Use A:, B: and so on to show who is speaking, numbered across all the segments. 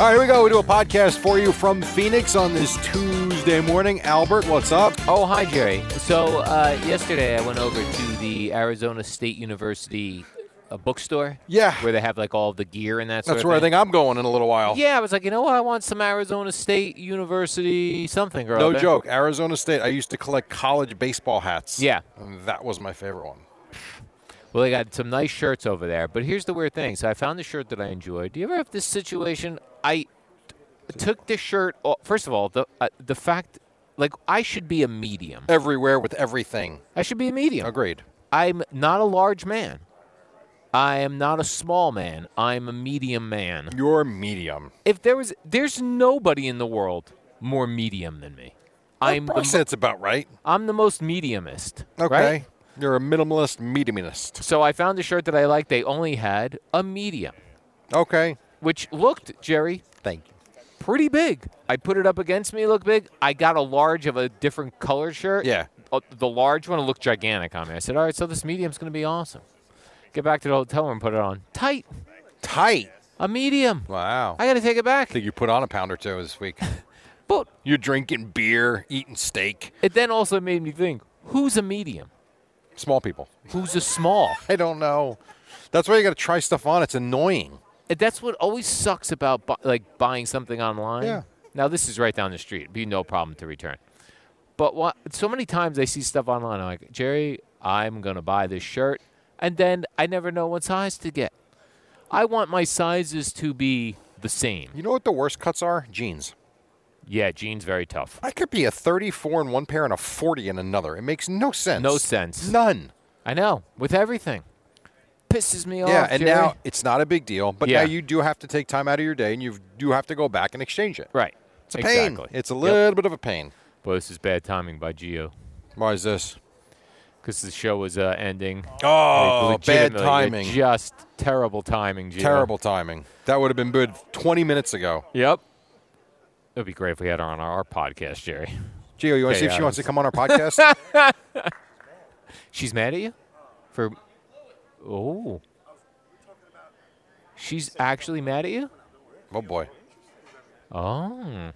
A: All right, here we go. We do a podcast for you from Phoenix on this Tuesday morning. Albert, what's up?
B: Oh, hi, Jerry. So, uh, yesterday I went over to the Arizona State University uh, bookstore.
A: Yeah.
B: Where they have like all the gear and that sort
A: That's
B: of
A: where I
B: thing.
A: think I'm going in a little while.
B: Yeah, I was like, you know what? I want some Arizona State University something or
A: No
B: other.
A: joke. Arizona State. I used to collect college baseball hats.
B: Yeah.
A: And that was my favorite one.
B: Well, they got some nice shirts over there. But here's the weird thing. So, I found the shirt that I enjoyed. Do you ever have this situation? I t- took the shirt off. First of all, the, uh, the fact, like, I should be a medium.
A: Everywhere with everything.
B: I should be a medium.
A: Agreed.
B: I'm not a large man. I am not a small man. I'm a medium man.
A: You're medium.
B: If there was, there's nobody in the world more medium than me. I'm the,
A: Brooke said it's about right.
B: mo- I'm the most mediumist.
A: Okay.
B: right?
A: You're a minimalist, mediumist.
B: So I found a shirt that I liked. They only had a medium,
A: Okay.
B: which looked, Jerry,
A: Thank you.
B: pretty big. I put it up against me, it looked big. I got a large of a different color shirt.
A: Yeah.
B: Uh, The large one looked gigantic on me. I said, all right, so this medium's going to be awesome. Get back to the hotel room, put it on. Tight,
A: Tight.
B: a medium.
A: Wow.
B: I got to take it back.
A: think you put on a pound or two this week.
B: But
A: You're drinking beer, eating steak.
B: it then also made me think who's a medium?
A: Small people.
B: Who's a small?
A: I don't know. That's why you got to try stuff on. It's annoying.
B: And That's what always sucks about bu- like buying something online.
A: Yeah.
B: Now this is right down the street. It'd be no problem to return. But wha- so many times I see stuff online. I'm like, Jerry, I'm gonna buy this shirt, and then I never know what size to get. I want my sizes to be the same.
A: You know what the worst cuts are? Jeans.
B: Yeah, jeans very tough.
A: I could be a 34 in one pair and a 40 in another. It makes no sense.
B: No sense.
A: None.
B: I know with everything. Pisses me off.
A: yeah, and
B: Oh, Jerry.
A: now it's not a big deal, but
B: Yeah.
A: now you do have to take time out of your day and you do have to go back and exchange it.
B: right.
A: It's a
B: exactly.
A: pain. It's a
B: Yep.
A: little bit of a pain.
B: Boy, this is bad timing by Geo.
A: Why is this?
B: because the show was uh, ending.
A: Oh,
B: Like,
A: bad
B: legitimately, uh,
A: timing.
B: Just terrible timing, Gio.
A: Terrible timing. That would have been good 20 minutes ago.
B: Yep. It would be great if we had her on our, our podcast, Jerry.
A: Gio, you want to see if
B: Okay,
A: she
B: uh,
A: wants to come on our podcast?
B: She's mad at you for. Oh. She's actually mad at you.
A: oh, boy.
B: Oh.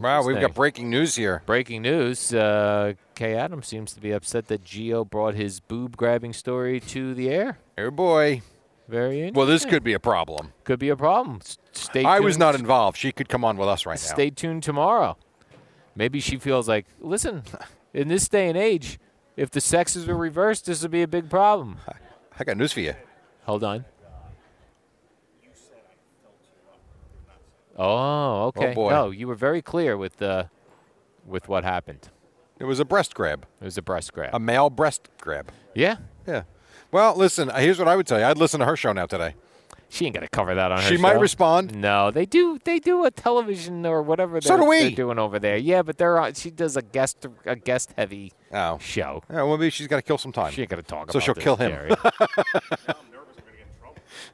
A: Wow, we've
B: interesting.
A: got breaking news here.
B: breaking news. Uh, Kay Adams seems to be upset that Gio brought his boob grabbing story to the air.
A: Oh, boy.
B: Very interesting.
A: Well, this could be a problem.
B: could be a problem. S- Stay.
A: I was
B: tuned.
A: not involved. She could come on with us right now.
B: Stay tuned tomorrow. Maybe she feels like, listen, in this day and age, if the sexes were reversed, this would be a big problem.
A: I got news for you.
B: Hold on. Oh, okay.
A: boy.
B: No, you were very clear with uh, with what happened.
A: It was a breast grab,
B: It was a breast grab.
A: a male breast grab.
B: yeah,
A: Yeah. Well, listen, uh, here's what I would tell you. I'd listen to her show now today.
B: she ain't gonna cover that on her.
A: She might
B: show.
A: respond.
B: No, they do. They do a television or whatever.
A: So
B: they're-
A: do we.
B: They're doing over there. Yeah, but they're on. She does a guest a guest heavy
A: Oh.
B: show.
A: Yeah, well, maybe she's got to kill some time.
B: She ain't gonna talk
A: So
B: about
A: she'll
B: this,
A: kill him.
B: Jerry.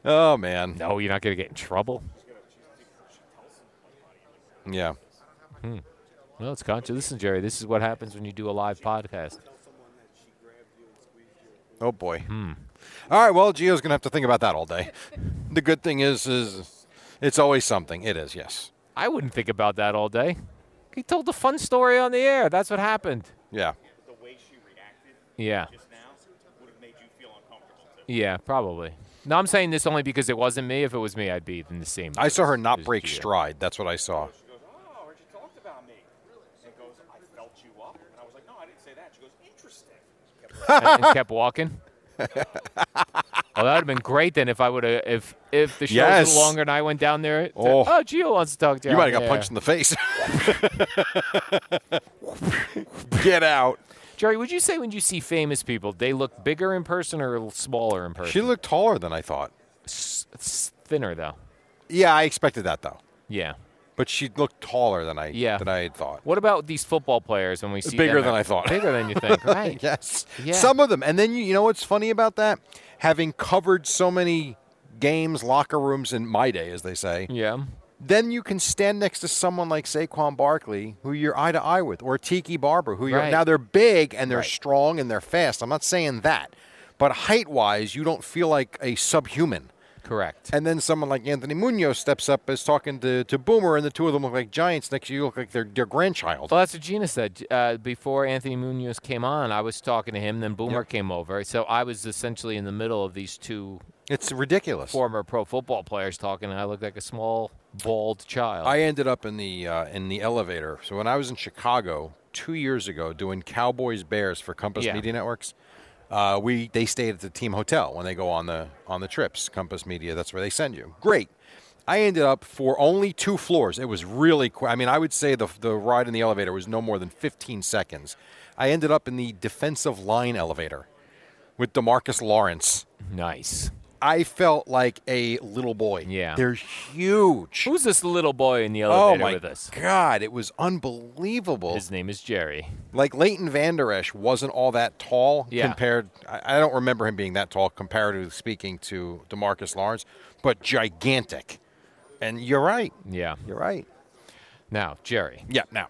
A: Oh man.
B: No, you're not going to get in trouble.
A: Yeah.
B: No, it's conscious. Listen, Jerry, this is what happens when you do a live podcast.
A: Oh boy.
B: Hmm.
A: All right. Well, Gio's gonna have to think about that all day. the good thing is, is it's always something. It is. Yes.
B: I wouldn't think about that all day. He told the fun story on the air. That's what happened.
A: Yeah.
B: Yeah. Yeah, probably. No, I'm saying this only because it wasn't me. If it was me, I'd be in the same.
A: I saw her not
B: as
A: break
B: Gio.
A: stride. That's what I saw.
C: She goes, oh, I heard you talked about me. And goes, I felt you up. And I was like, no, I didn't say that. She goes, interesting.
B: and kept walking. well, that would have been great then if I would have if if the show
A: Yes.
B: was longer and I went down there. To,
A: Oh.
B: oh, Gio wants to talk to you.
A: You
B: on
A: might have
B: the
A: got
B: air."
A: punched in the face. Get out.
B: Jerry, would you say when you see famous people, they look bigger in person or smaller in person?
A: She looked taller than I thought.
B: S- s- thinner though.
A: Yeah, I expected that though.
B: Yeah.
A: But she looked taller than I
B: Yeah.
A: than I had thought.
B: What about these football players when we see
A: Bigger
B: them
A: than
B: at-
A: I thought.
B: Bigger than you think, right?
A: Yes.
B: Yeah.
A: Some of them. And then you, you know what's funny about that? Having covered so many games, locker rooms in my day, as they say,
B: Yeah.
A: then you can stand next to someone like Saquon Barkley, who you're eye to eye with, or Tiki Barber, who you're
B: Right.
A: now they're big and they're
B: Right.
A: strong and they're fast. I'm not saying that. But height wise, you don't feel like a subhuman.
B: Correct.
A: And then someone like Anthony Munoz steps up is talking to, to Boomer, and the two of them look like giants. Next, to you look like their their grandchild.
B: Well, that's what Gina said. Uh, before Anthony Munoz came on, I was talking to him, then Boomer came over. So I was essentially in the middle of these two
A: It's ridiculous.
B: former pro football players talking, and I looked like a small, bald child.
A: I ended up in the uh, in the elevator. So when I was in Chicago two years ago doing Cowboys Bears for Compass
B: Yeah.
A: Media Networks, uh, we they stayed at the team hotel when they go on the on the trips. Compass Media, that's where they send you. Great. I ended up for only two floors. It was really quick. I mean, I would say the the ride in the elevator was no more than 15 seconds. I ended up in the defensive line elevator with Demarcus Lawrence.
B: nice.
A: I felt like a little boy.
B: Yeah.
A: They're huge.
B: Who's this little boy in the
A: Oh
B: elevator
A: my
B: with us?
A: god, it was unbelievable.
B: His name is Jerry.
A: like Leighton Vander Esch wasn't all that tall
B: Yeah.
A: compared. I, I don't remember him being that tall comparatively speaking to Demarcus Lawrence, but gigantic. And you're right.
B: Yeah.
A: You're right.
B: Now, Jerry.
A: Yeah. Now,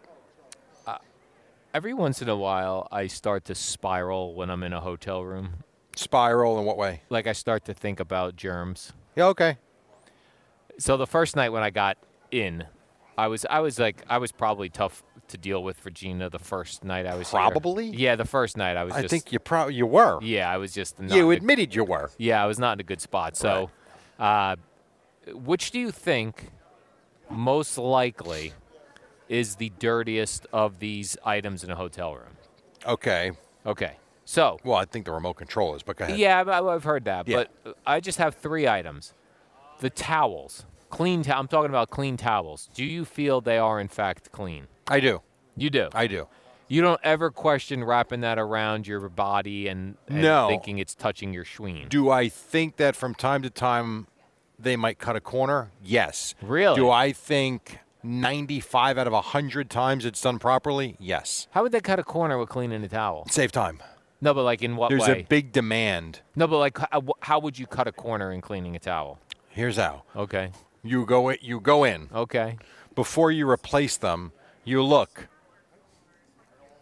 B: Every once in a while, I start to spiral when I'm in a hotel room.
A: spiral in what way?
B: Like I start to think about germs.
A: Yeah. Okay.
B: so the first night when I got in, I was I was like I was probably tough to deal with Regina the first night I was here.
A: Probably?
B: yeah the first night I was
A: I
B: just,
A: think you probably you were.
B: yeah I was just not
A: you
B: in a-
A: admitted you were.
B: yeah I was not in a good spot so uh, which do you think most likely is the dirtiest of these items in a hotel room
A: Okay.
B: okay so
A: Well, I think the remote control is, but go ahead.
B: yeah, I've, I've heard that.
A: Yeah.
B: But I just have three items: the towels, clean. To- I'm talking about clean towels. Do you feel they are in fact clean?
A: I do.
B: You do.
A: I do.
B: you don't ever question wrapping that around your body and, and
A: No.
B: thinking it's touching your schween.
A: Do I think that from time to time they might cut a corner? Yes.
B: Really?
A: Do I think 95 out of 100 times it's done properly? Yes.
B: How would they cut a corner with cleaning a towel?
A: Save time.
B: No, but like in what
A: There's
B: way?
A: a big demand.
B: no, but like how, how would you cut a corner in cleaning a towel?
A: Here's how.
B: Okay.
A: You go in, you go in.
B: Okay.
A: Before you replace them, you look.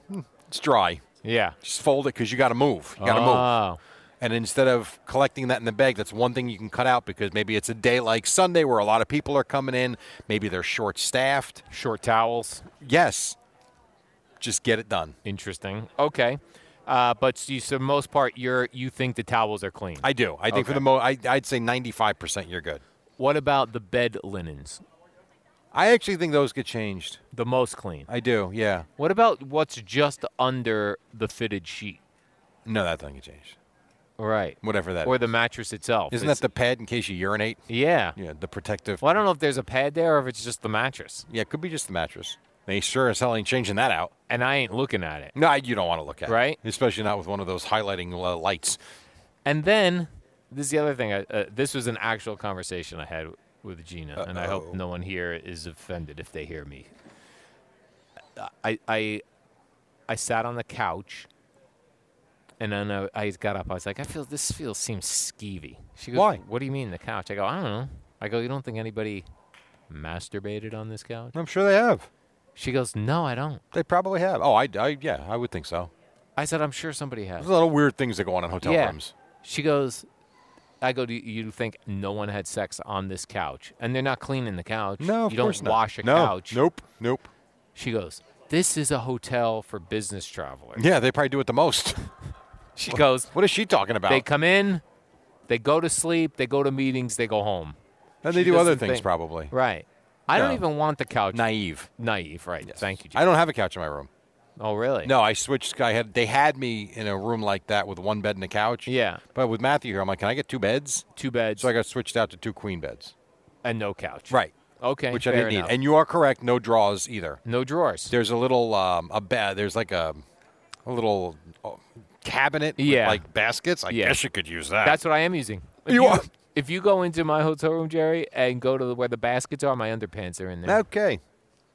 A: Hmm, It's dry.
B: Yeah.
A: Just fold it cuz you got to move. You got to move.
B: oh.
A: And instead of collecting that in the bag, that's one thing you can cut out because maybe it's a day like Sunday where a lot of people are coming in, maybe they're short staffed.
B: Short towels.
A: Yes. Just get it done.
B: Interesting. Okay. Uh, but so, you, so most part, you're you think the towels are clean.
A: I do. I think for
B: Okay.
A: the mo, I, I'd say ninety-five percent. You're good.
B: what about the bed linens?
A: I actually think those get changed.
B: The most clean.
A: I do. Yeah.
B: What about what's just under the fitted sheet?
A: No, that doesn't get changed.
B: Right.
A: Whatever that
B: or
A: is.
B: the mattress itself.
A: Isn't
B: It's-
A: that the pad in case you urinate?
B: Yeah.
A: Yeah, the protective.
B: Well, I don't know if there's a pad there or if it's just the mattress.
A: Yeah, it could be just the mattress. They sure as hell ain't changing that out.
B: And I ain't looking at it.
A: No, you don't want to look at it.
B: Right?
A: Especially not with one of those highlighting uh, lights.
B: And then, this is the other thing. I, uh, this was an actual conversation I had with Gina, and I hope no one here is offended if they hear me. I, I, I sat on the couch And then I, I got up. I was like, I feel this feels seems skeevy. She goes,
A: Why?
B: What do you mean the couch? I go, I don't know. I go, you don't think anybody masturbated on this couch?
A: I'm sure they have.
B: She goes, No, I don't.
A: They probably have. Oh, I, I yeah, I would think so.
B: I said, I'm sure somebody has.
A: There's a lot of weird things that go on in hotel
B: yeah.
A: rooms.
B: She goes, I go, do you think no one had sex on this couch? And they're not cleaning the couch.
A: No, of
B: you don't
A: course not.
B: wash a
A: no,
B: couch.
A: Nope, nope.
B: She goes, This is a hotel for business travelers.
A: Yeah, they probably do it the most.
B: She goes,
A: what is she talking about?
B: They come in, they go to sleep, they go to meetings, they go home.
A: and they
B: she
A: do other
B: doesn't
A: things
B: think-
A: probably.
B: Right. I don't
A: No.
B: even want the couch.
A: Naive.
B: Naive, right. Thank you, Jim.
A: I don't have a couch in my room.
B: Oh, really?
A: No, I switched. I had they had me in a room like that with one bed and a couch.
B: Yeah.
A: But with Matthew here, I'm like, can I get two beds?
B: Two beds
A: So I got switched out to two queen beds.
B: and no couch.
A: Right.
B: Okay.
A: Which I
B: fair
A: didn't
B: enough.
A: need. And you are correct. No draws either.
B: no drawers.
A: There's a little um, a bed. There's like a a little oh, cabinet. with,
B: Yeah.
A: like baskets. I
B: Yeah.
A: guess you could use that.
B: That's what I am using. If
A: You are-
B: If you go into my hotel room, Jerry, and go to the, where the baskets are, my underpants are in there.
A: okay.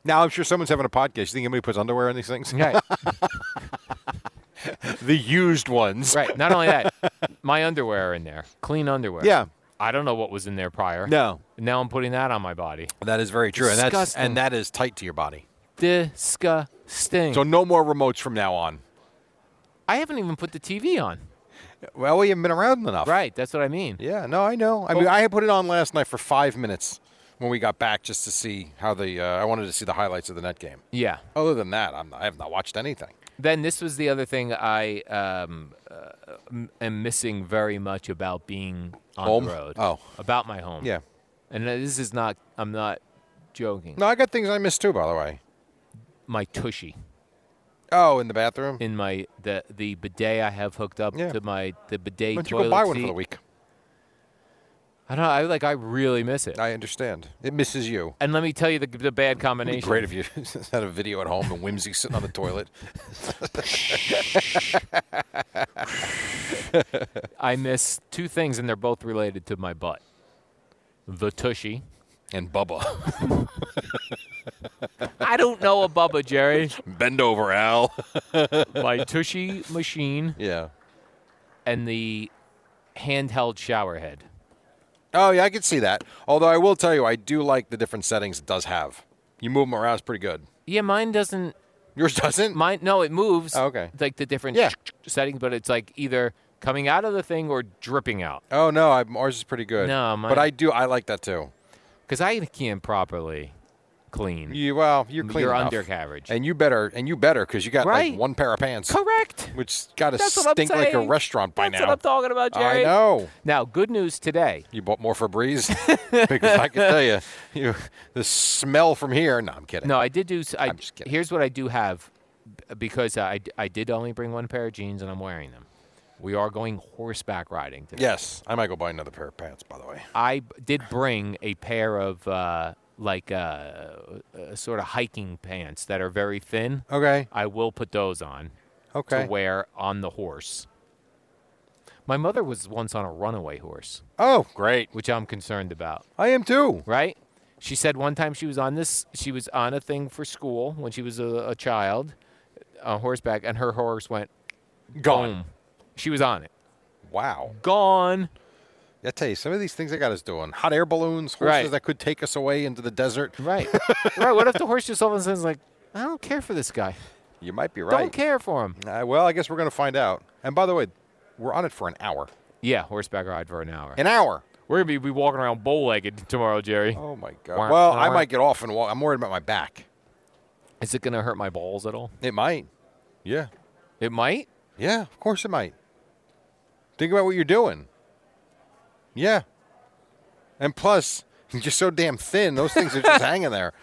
A: Now I'm sure someone's having a podcast. You think anybody puts underwear in these things?
B: Right.
A: the used ones.
B: right. Not only that, my underwear are in there. Clean underwear.
A: Yeah.
B: I don't know what was in there prior.
A: No.
B: Now I'm putting that on my body.
A: That is very true, and that's
B: Disgusting.
A: and that is tight to your body.
B: Disgusting.
A: So no more remotes from now on.
B: I haven't even put the TV on.
A: Well, we haven't been around enough.
B: Right. That's what I mean.
A: Yeah, no, I know. I mean, I had put it on last night for five minutes when we got back just to see how the. Uh, I wanted to see the highlights of the net game.
B: Yeah.
A: Other than that, I'm not, I have not watched anything.
B: Then this was the other thing I um, uh, m- am missing very much about being on
A: Home?
B: the road.
A: Oh.
B: About my home.
A: Yeah.
B: And this is not, I'm not joking.
A: No, I got things I missed too, by the way.
B: My tushy.
A: Oh, in the bathroom.
B: in my the the bidet I have hooked up
A: Yeah.
B: to my the bidet
A: Why don't you
B: toilet
A: go buy one
B: seat.
A: for the week?
B: I don't know. I like. I really miss it.
A: I understand. It misses you.
B: and let me tell you the, the bad
A: It'd be
B: combination.
A: great if you had a video at home and Whimsy sitting on the toilet.
B: I miss two things, and they're both related to my butt. The tushy.
A: And Bubba.
B: I don't know a Bubba Jerry.
A: Bend over, Al.
B: My tushy machine
A: yeah.
B: and the handheld shower head.
A: Oh, yeah, I could see that. Although I will tell you, I do like the different settings it does have. You move them around, it's pretty good.
B: Yeah, mine doesn't.
A: Yours doesn't?
B: Mine no, it moves.
A: Oh, okay.
B: Like the different
A: Yeah.
B: settings, but it's like either coming out of the thing or dripping out.
A: Oh no, I, ours is pretty good.
B: No, mine-
A: but I do. I like that too.
B: Because I can't properly clean.
A: You well, you're clean.
B: You're
A: enough.
B: under coverage.
A: and you better, and you better, because you got
B: Right.
A: like one pair of pants,
B: Correct.
A: which got to
B: That's what I'm
A: stink like a
B: saying.
A: restaurant by
B: That's
A: now.
B: what I'm talking about, Jerry.
A: I know.
B: Now, good news today.
A: You bought more Febreze because I can tell you, you the smell from here. No, I'm kidding.
B: No, I did do. s- I,
A: I'm just kidding.
B: Here's what I do have, b- because I, d- I did only bring one pair of jeans and I'm wearing them. We are going horseback riding today.
A: Yes, I might go buy another pair of pants. By the way,
B: I b- did bring a pair of uh, like uh, uh, sort of hiking pants that are very thin.
A: Okay.
B: I will put those on
A: okay.
B: to wear on the horse. My mother was once on a runaway horse,
A: Oh, great.
B: which I'm concerned about.
A: I am too.
B: right? She said one time she was on this, she was on a thing for school when she was a, a child, on horseback, and her horse went
A: Gone.
B: boom. She was on it,
A: Wow.
B: gone.
A: I tell you, some of these things I got us doing hot air balloons, horses
B: Right.
A: that could take us away into the desert.
B: Right, right. What if the horse just all of a sudden is like, I don't care for this guy.
A: You might be right.
B: Don't care for him.
A: Uh, well, I guess we're going to find out. And by the way, we're on it for an hour.
B: Yeah, horseback ride for an hour.
A: An hour.
B: We're gonna be, be walking around bow-legged tomorrow, Jerry.
A: Oh my
B: Wah,
A: god. Well,
B: an
A: I
B: hour.
A: might get off and walk. I'm worried about my back.
B: Is it gonna hurt my balls at all?
A: It might. Yeah.
B: It might.
A: Yeah. Of course it might. Think about what you're doing. Yeah. And plus, you're just so damn thin. Those things are just hanging there.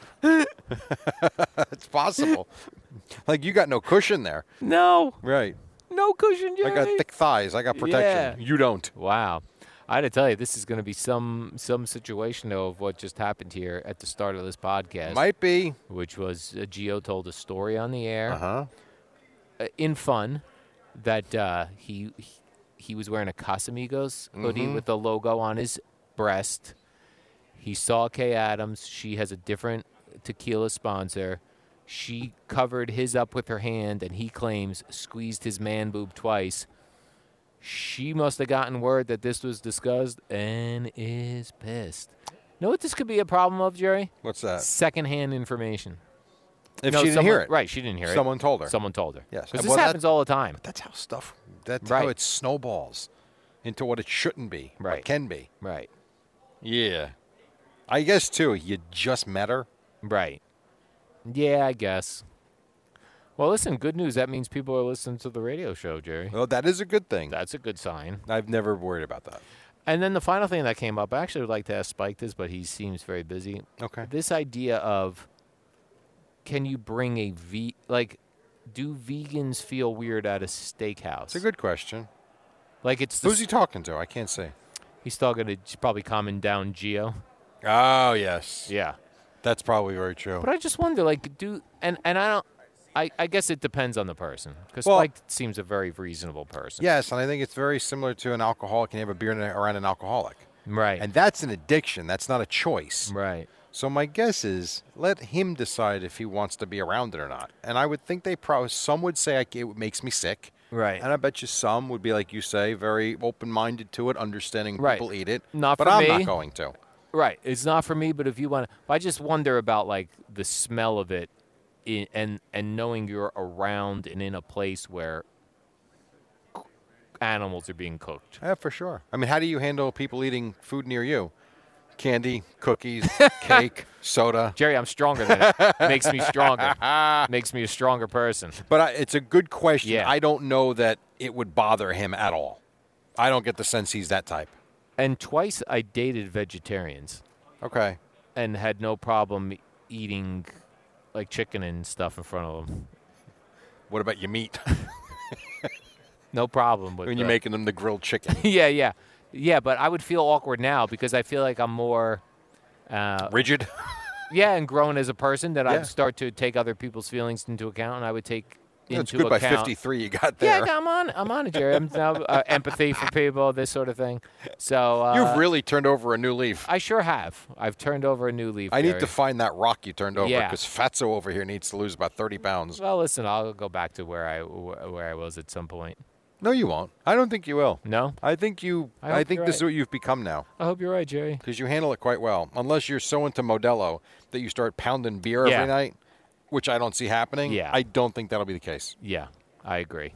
A: it's possible. Like you got no cushion there.
B: No,
A: Right.
B: no cushion, Jerry.
A: I got thick thighs. I got protection.
B: Yeah.
A: You don't.
B: Wow. I had to tell you, this is going to be some some situation though of what just happened here at the start of this podcast,
A: Might be.
B: which was uh, Gio told a story on the air
A: Huh?
B: uh, in fun that uh, he, he he was wearing a Casamigos hoodie with the logo on his breast. He saw Kay Adams. She has a different tequila sponsor. She covered his up with her hand, and he claims squeezed his man boob twice. She must have gotten word that this was discussed and is pissed. Know what this could be a problem of, Jerry?
A: What's that?
B: Secondhand information.
A: If
B: No,
A: she didn't
B: someone,
A: hear it,
B: Right, she didn't hear it.
A: Someone told her.
B: Someone told her.
A: Yes.
B: Because
A: And
B: this
A: well, that-
B: happens all the time.
A: That's how stuff. That's how
B: Right.
A: it snowballs into what it shouldn't be. what
B: Right.
A: can be.
B: Right.
A: Yeah. I guess too. You just met her.
B: Right. Yeah, I guess. Well, listen, good news. That means people are listening to the radio show, Jerry.
A: Well, that is a good thing.
B: That's a good sign.
A: I've never worried about that.
B: And then the final thing that came up, I actually would like to ask Spike this, but he seems very busy.
A: Okay.
B: This idea of can you bring a V, like, do vegans feel weird at a steakhouse?
A: It's a good question.
B: like, it's the,
A: Who's he talking to? I can't see.
B: he's talking to he's probably calming down Geo.
A: Oh yes.
B: Yeah.
A: That's probably very true.
B: But I just wonder, like, do and and I don't. I, I guess it depends on the person because
A: Well-
B: Spike seems a very reasonable person.
A: Yes, and I think it's very similar to an alcoholic. Can you have a beer in a- around an alcoholic?
B: Right.
A: And that's an addiction. That's not a choice.
B: right.
A: So my guess is let him decide if he wants to be around it or not. And I would think they probably some would say like, it makes me sick.
B: Right.
A: And I bet you some would be like you say, very open-minded to it, understanding
B: Right.
A: people eat it.
B: Not
A: but
B: for
A: I'm
B: me.
A: not going to.
B: Right. It's not for me, but if you want to, I just wonder about like the smell of it, in, and and knowing you're around and in a place where animals are being cooked.
A: Yeah, for sure. I mean, how do you handle people eating food near you? Candy, cookies, cake, soda.
B: Jerry, I'm stronger than it. Makes me stronger. Makes me a stronger person.
A: But I, it's a good question.
B: Yeah.
A: I don't know that it would bother him at all. I don't get the sense he's that type.
B: And twice I dated vegetarians.
A: Okay.
B: and had no problem eating like chicken and stuff in front of them.
A: What about your meat?
B: No problem with
A: when you're
B: the-
A: making them the grilled chicken.
B: yeah, yeah, yeah. But I would feel awkward now because I feel like I'm more uh,
A: Rigid.
B: yeah and grown as a person that
A: Yeah.
B: I'd start to take other people's feelings into account and I would take
A: That's
B: into
A: good by
B: account.
A: 53 you got
B: Yeah,
A: there.
B: I'm on. I'm on it, Jerry. I'm now uh, empathy for people, this sort of thing. So uh,
A: You've really turned over a new leaf.
B: I sure have. I've turned over a new leaf.
A: I need
B: Jerry.
A: to find that rock you turned over
B: Yeah.
A: because Fatso over here needs to lose about 30 pounds.
B: well, listen. I'll go back to where I wh- where I was at some point.
A: No, you won't. I don't think you will.
B: No,
A: I think you.
B: I
A: I,
B: hope
A: think
B: you're
A: this is
B: right.
A: what you've become now
B: I hope you're right, Jerry.
A: because you handle it quite well. Unless you're so into Modelo that you start pounding beer
B: Yeah.
A: every night, which I don't see happening.
B: Yeah.
A: I don't think that'll be the case.
B: Yeah, I agree.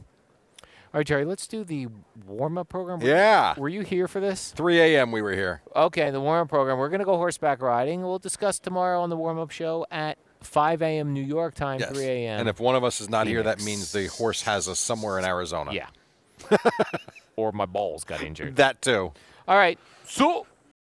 B: All right, Jerry, let's do the warm up program. Were-
A: Yeah.
B: Were you here for this?
A: 3 a.m. We were here.
B: Okay, the warm up program. We're going to go horseback riding. We'll discuss tomorrow on the warm up show at 5 a.m. New York time,
A: Yes.
B: 3 a.m.
A: And if one of us is not here, that
B: Phoenix.
A: means the horse has us somewhere in Arizona.
B: yeah. or my balls got injured.
A: That too.
B: All right. So.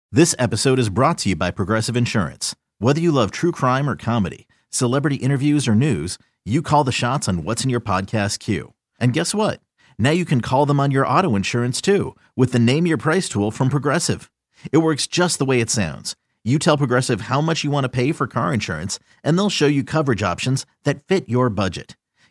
D: This episode is brought to you by Progressive Insurance. Whether you love true crime or comedy, celebrity interviews or news, you call the shots on what's in your podcast queue. And guess what? Now you can call them on your auto insurance too with the Name Your Price tool from Progressive. It works just the way it sounds. You tell Progressive how much you want to pay for car insurance, and they'll show you coverage options that fit your budget.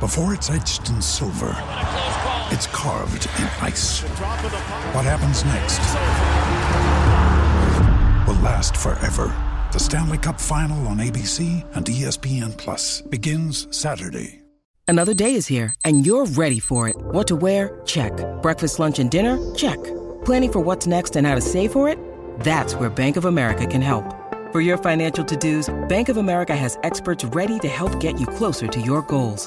E: Before it's etched in silver, it's carved in ice. What happens next will last forever. The Stanley Cup Final on ABC and E ESPN Plus begins Saturday.
F: Another day is here, and you're ready for it. What to wear? Check. Breakfast, lunch, and dinner? Check. Planning for what's next and how to save for it? That's where Bank of America can help. For your financial to dos, Bank of America has experts ready to help get you closer to your goals.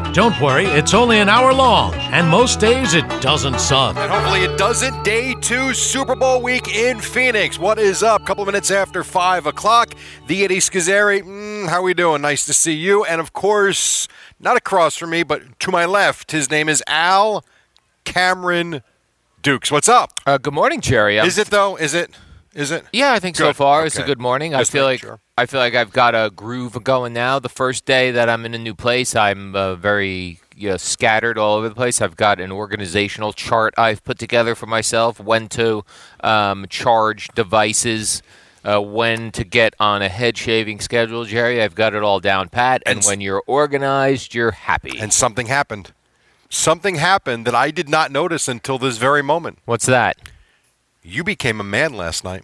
G: Don't worry, it's only an hour long, and most days it doesn't suck.
A: And hopefully it doesn't. Day two, Super Bowl week in Phoenix. What is up? Couple minutes after five o'clock. The Eddie Scazzeri. Mm, how we doing? Nice to see you. And of course, not across from me, but to my left, his name is Al Cameron Dukes. What's up?
B: Uh, good morning, Jerry. I'm-
A: Is it though? Is it? Is it?
B: Yeah, I think so
A: Good.
B: far it's a
A: Okay.
B: good morning. I
A: Just
B: feel like
A: making sure.
B: I feel like I've got a groove going now. The first day that I'm in a new place, I'm uh, very you know, scattered all over the place. I've got an organizational chart I've put together for myself: when to um, charge devices, uh, when to get on a head shaving schedule. Jerry, I've got it all down pat. And,
A: And s-
B: when you're organized, you're happy.
A: And something happened. Something happened that I did not notice until this very moment.
B: What's that?
A: You became a man last night.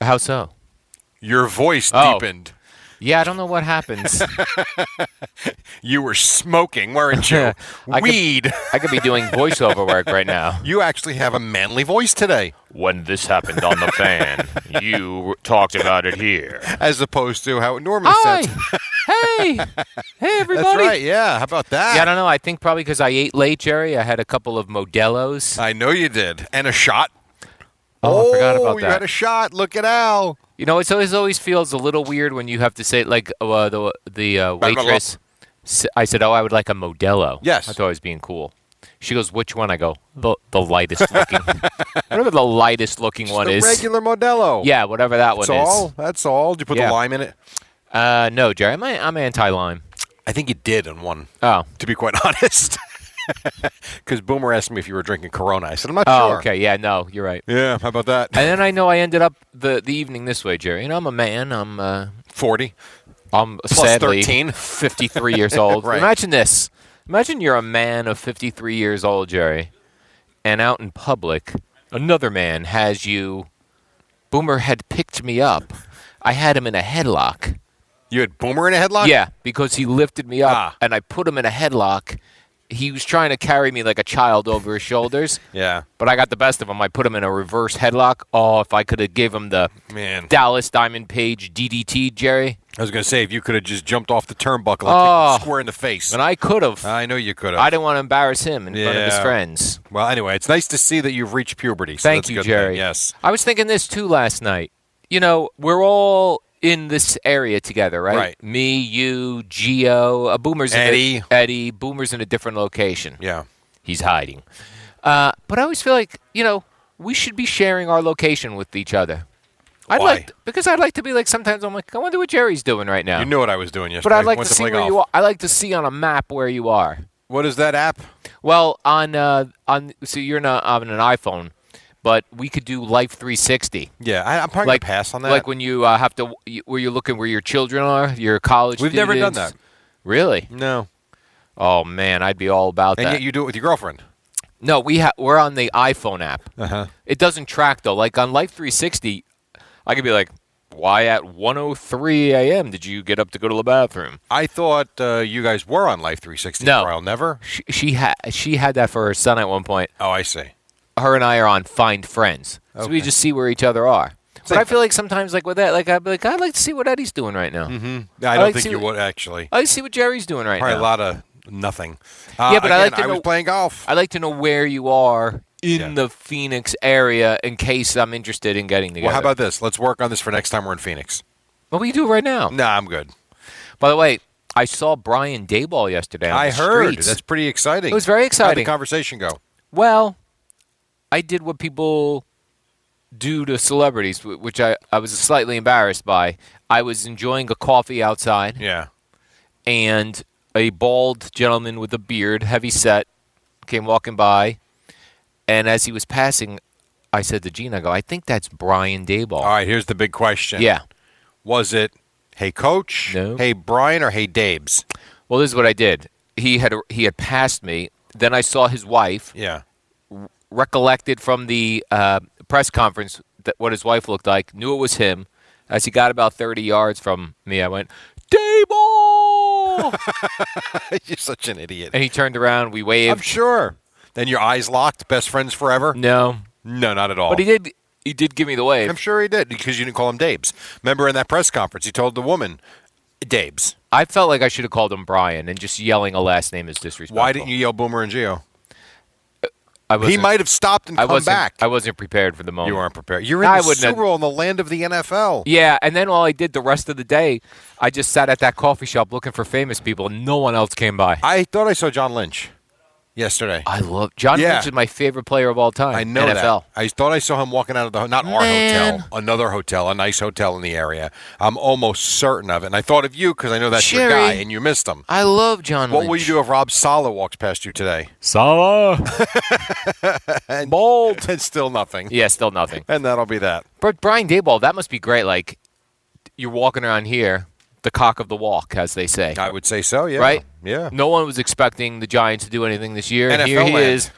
B: How so?
A: Your voice
B: Oh.
A: deepened.
B: Yeah, I don't know what happens.
A: You were smoking, weren't you?
B: I could-
A: Weed.
B: I could be doing voiceover work right now.
A: You actually have a manly voice today,
B: when this happened on the fan. you talked about it here.
A: as opposed to how it normally
B: Hi.
A: sounds.
B: hey. Hey, everybody.
A: That's right. Yeah. How about that?
B: Yeah, I don't know. I think probably because I ate late, Jerry. I had a couple of Modelo's.
A: I know you did, and a shot.
B: Oh, I forgot about
A: you
B: that.
A: had a shot. Look at Al.
B: you know, it's always always feels a little weird when you have to say like uh, the the uh,
A: Blah, blah, blah.
B: waitress. s- I said, "Oh, I would like a Modelo."
A: Yes.
B: I thought I was being cool. She goes, "Which one?" I go, "The the lightest looking, whatever the lightest looking one
A: the
B: is."
A: regular Modelo.
B: yeah, whatever that
A: That's
B: one is.
A: all. That's all. Did you put
B: Yeah.
A: the lime in it?
B: Uh, no, Jerry, I'm, I'm anti lime.
A: I think you did on one.
B: Oh,
A: to be quite honest. Because Boomer asked me if you were drinking Corona. I said, I'm not
B: oh,
A: sure.
B: okay, yeah, no, you're right.
A: Yeah, how about that?
B: And then I know I ended up the, the evening this way, Jerry. And I'm a man. I'm uh,
A: 40.
B: I'm
A: Plus
B: sadly
A: 13.
B: 53 years old.
A: Right.
B: Imagine this. Imagine you're a man of 53 years old, Jerry, and out in public, another man has you. Boomer had picked me up. I had him in a headlock.
A: You had Boomer in a headlock?
B: Yeah, because he lifted me up
A: Uh, Ah.
B: and I put him in a headlock. He was trying to carry me like a child over his shoulders.
A: Yeah.
B: But I got the best of him. I put him in a reverse headlock. Oh, if I could have gave him the
A: Man.
B: Dallas Diamond Page DDT, Jerry.
A: I was going to say, if you could have just jumped off the turnbuckle and
B: Oh.
A: kicked him square in the face.
B: And I could have.
A: I know you could have.
B: I didn't want to embarrass him in front of his
A: Yeah.
B: friends.
A: well, anyway, it's nice to see that you've reached puberty. So
B: Thank
A: that's a
B: you,
A: good thing.
B: Jerry.
A: Yes.
B: I was thinking this too last night. You know, we're all in this area together, right?
A: Right.
B: Me, you, Geo, a boomer's in
A: Eddie.
B: a, Eddie, boomer's in a different location.
A: Yeah.
B: He's hiding. Uh, but I always feel like, you know, we should be sharing our location with each other. I'd
A: Why?
B: like because I'd like to be like sometimes I'm like I wonder what Jerry's doing right now.
A: You knew what I was doing yesterday.
B: but I'd like
A: Went
B: to see
A: play
B: where
A: golf.
B: you are. I like to see on a map where you are.
A: "Oh, What is that app?
B: Well, on uh, on so you're not on an iPhone, but we could do Life 360.
A: Yeah, I, I'm probably
B: Like
A: gonna pass on that.
B: Like when you uh, have to, you- where you're looking where your children are, your college.
A: We've never done
B: students. Really?
A: no,
B: Oh man, I'd be all about
A: and
B: that.
A: yet you do it with your girlfriend.
B: no, we ha- we're on the iPhone app. It doesn't track though. Like on Life 360, I could be like, why at 1:03 a.m. did you get up to go to the bathroom?
A: I thought uh, you guys were on Life 360
B: No.
A: for a while. Never.
B: She she, ha- she had that for her son at one point.
A: Oh, I see.
B: her and I are on Find Friends, so we just see where each other are. But I feel like sometimes, like with that, like I'd be like, I'd like to see what Eddie's doing right now. Mm-hmm.
A: Yeah, I
B: I
A: don't
B: like
A: think
B: to-
A: you would actually.
B: I like to see what Jerry's doing right
A: Probably
B: now.
A: a lot of nothing. Uh,
B: Yeah, but I
A: again,
B: like to
A: I was
B: know-
A: playing golf.
B: I like to know where you are in
A: Yeah.
B: the Phoenix area in case I'm interested in getting together.
A: Well, how about this? Let's work on this for next time we're in Phoenix.
B: what we do right now?
A: Nah, I'm good.
B: By the way, I saw Brian Dayball yesterday. On
A: I
B: the
A: heard
B: streets.
A: that's pretty exciting.
B: It was very
A: How'd the
B: exciting.
A: conversation go?
B: Well, I did what people do to celebrities, wh- which I, I was slightly embarrassed by. I was enjoying a coffee outside.
A: Yeah,
B: and a bald gentleman with a beard, heavy set, came walking by. And as he was passing, I said to Gene, I go, I think that's Brian Dayball.
A: All right. Here's the big question.
B: Yeah.
A: Was it? Hey, coach.
B: No.
A: Hey, Brian, or hey, Dabe's?
B: Well, this is what I did. He had he had passed me. Then I saw his wife,
A: Yeah.
B: recollected from the uh, press conference that what his wife looked like, knew it was him. As he got about 30 yards from me, I went, Dayball!
A: You're such an idiot.
B: and he turned around. We
A: I'm
B: waved.
A: sure. Then your eyes locked. Best friends forever.
B: No.
A: No, not at all.
B: But he did he did give me the wave.
A: I'm sure he did because you didn't call him Dabe's. Remember in that press conference, he told the woman, Dabes.
B: I felt like I should have called him Brian, and just yelling a last name is disrespectful.
A: Why didn't you yell Boomer and Geo?
B: I
A: He
B: wasn't-
A: might have stopped and
B: I
A: come
B: wasn't,
A: back.
B: I wasn't prepared for the moment.
A: you weren't prepared. You're in
B: I
A: the
B: wouldn't have-
A: Super Bowl in the land of the NFL.
B: Yeah, and then all I did the rest of the day, I just sat at that coffee shop looking for famous people, and no one else came by.
A: I thought I saw John Lynch yesterday.
B: I love John
A: Yeah.
B: Lynch is my favorite player of all time.
A: I know
B: NFL.
A: that. I thought I saw him walking out of the ho- not our
B: Man.
A: hotel, another hotel, a nice hotel in the area. I'm almost certain of it. And I thought of you because I know that's your
B: Jerry.
A: guy, and you missed him.
B: I love John
A: What
B: Lynch.
A: will you do if Rob Sala walks past you today?
H: Salah.
A: Bold. and still nothing.
B: Yeah, still nothing.
A: And that'll be that.
B: But Brian Dayball, that must be great. Like you're walking around here, the cock of the walk, as they say.
A: I would say so. Yeah.
B: Right?
A: Yeah.
B: No one was expecting the Giants to do anything this year, and here
A: NFL
B: he
A: land.
B: is,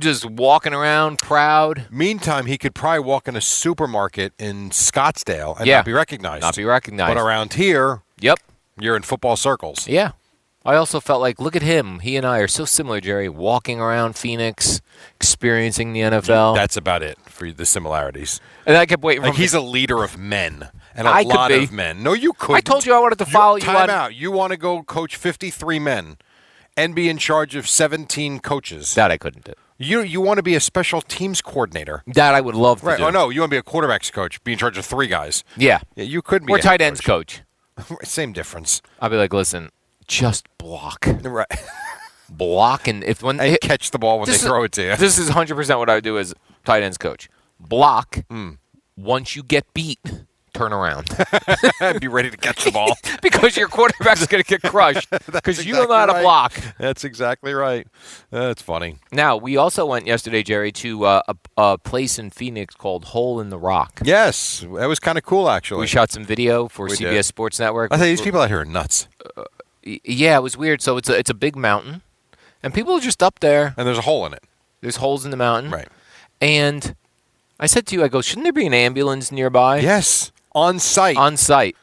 B: just walking around, proud,
A: Meantime, he could probably walk in a supermarket in Scottsdale and
B: Yeah.
A: not be recognized.
B: not be recognized.
A: But around here,
B: Yep.
A: you're in football circles.
B: Yeah. I also felt like, look at him. He and I are so similar, Jerry, walking around Phoenix, experiencing the NFL.
A: That's about it for the similarities.
B: and I kept waiting for
A: Like
B: him.
A: he's a leader of men and a
B: I could
A: lot
B: be.
A: of men. No, you couldn't.
B: I told you I wanted to follow you
A: Time
B: on-
A: out. You want to go coach 53 men and be in charge of 17 coaches.
B: that I couldn't do.
A: you you want to be a special teams coordinator.
B: That I would love to
A: Right.
B: do.
A: Oh, no. You want to be a quarterbacks coach, be in charge of three guys.
B: Yeah.
A: Yeah, you could be.
B: We're
A: a
B: tight ends coach.
A: Same difference.
B: I'd be like, listen, just block.
A: Right.
B: Block. And if when
A: and
B: hit-
A: catch the ball when they
B: this is-
A: throw it to you.
B: This is 100% what I would do as tight ends coach. Block.
A: Hmm.
B: Once you get beat, turn around.
A: be ready to catch the ball.
B: because your quarterback's going to get crushed because you don't know how to
A: exactly right.
B: block.
A: That's exactly right. That's funny.
B: Now, we also went yesterday, Jerry, to uh, a, a place in Phoenix called Hole in the Rock.
A: Yes, that was kind of cool actually.
B: We shot some video for
A: We
B: CBS
A: did.
B: Sports Network.
A: I thought these people out here are nuts.
B: Y- Yeah, it was weird. So it's a, it's a big mountain, and people are just up there.
A: And there's a hole in it.
B: There's holes in the mountain.
A: Right.
B: And I said to you, I go, shouldn't there be an ambulance nearby?
A: Yes, on site.
B: On site.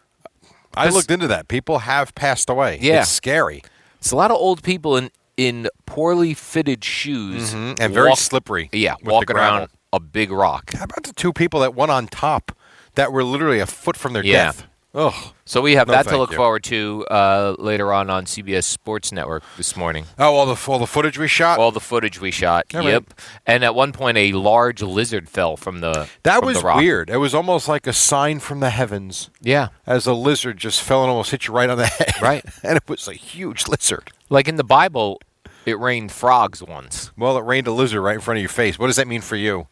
A: I
B: this-
A: looked into that. People have passed away.
B: Yeah.
A: It's scary
B: It's a lot of old people in, in poorly fitted shoes
A: Mm-hmm. and very
B: walk-
A: slippery.
B: Yeah,
A: with the
B: walking around
A: gravel.
B: a big rock.
A: How about the two people that went on top that were literally a foot from their
B: Yeah.
A: death? Ugh.
B: So we have
A: No,
B: that to
A: thank
B: look
A: you.
B: forward to uh, later on on CBS Sports Network this morning.
A: Oh, all the all the footage we shot.
B: All the footage we shot.
A: Uh, All right.
B: yep. And at one point, a large lizard fell from the.
A: that
B: from the
A: was
B: rock.
A: weird. It was almost like a sign from the heavens.
B: Yeah.
A: as a lizard just fell and almost hit you right on the head.
B: Right.
A: and it was a huge lizard.
B: Like in the Bible, it rained frogs once.
A: Well, it rained a lizard right in front of your face. What does that mean for you?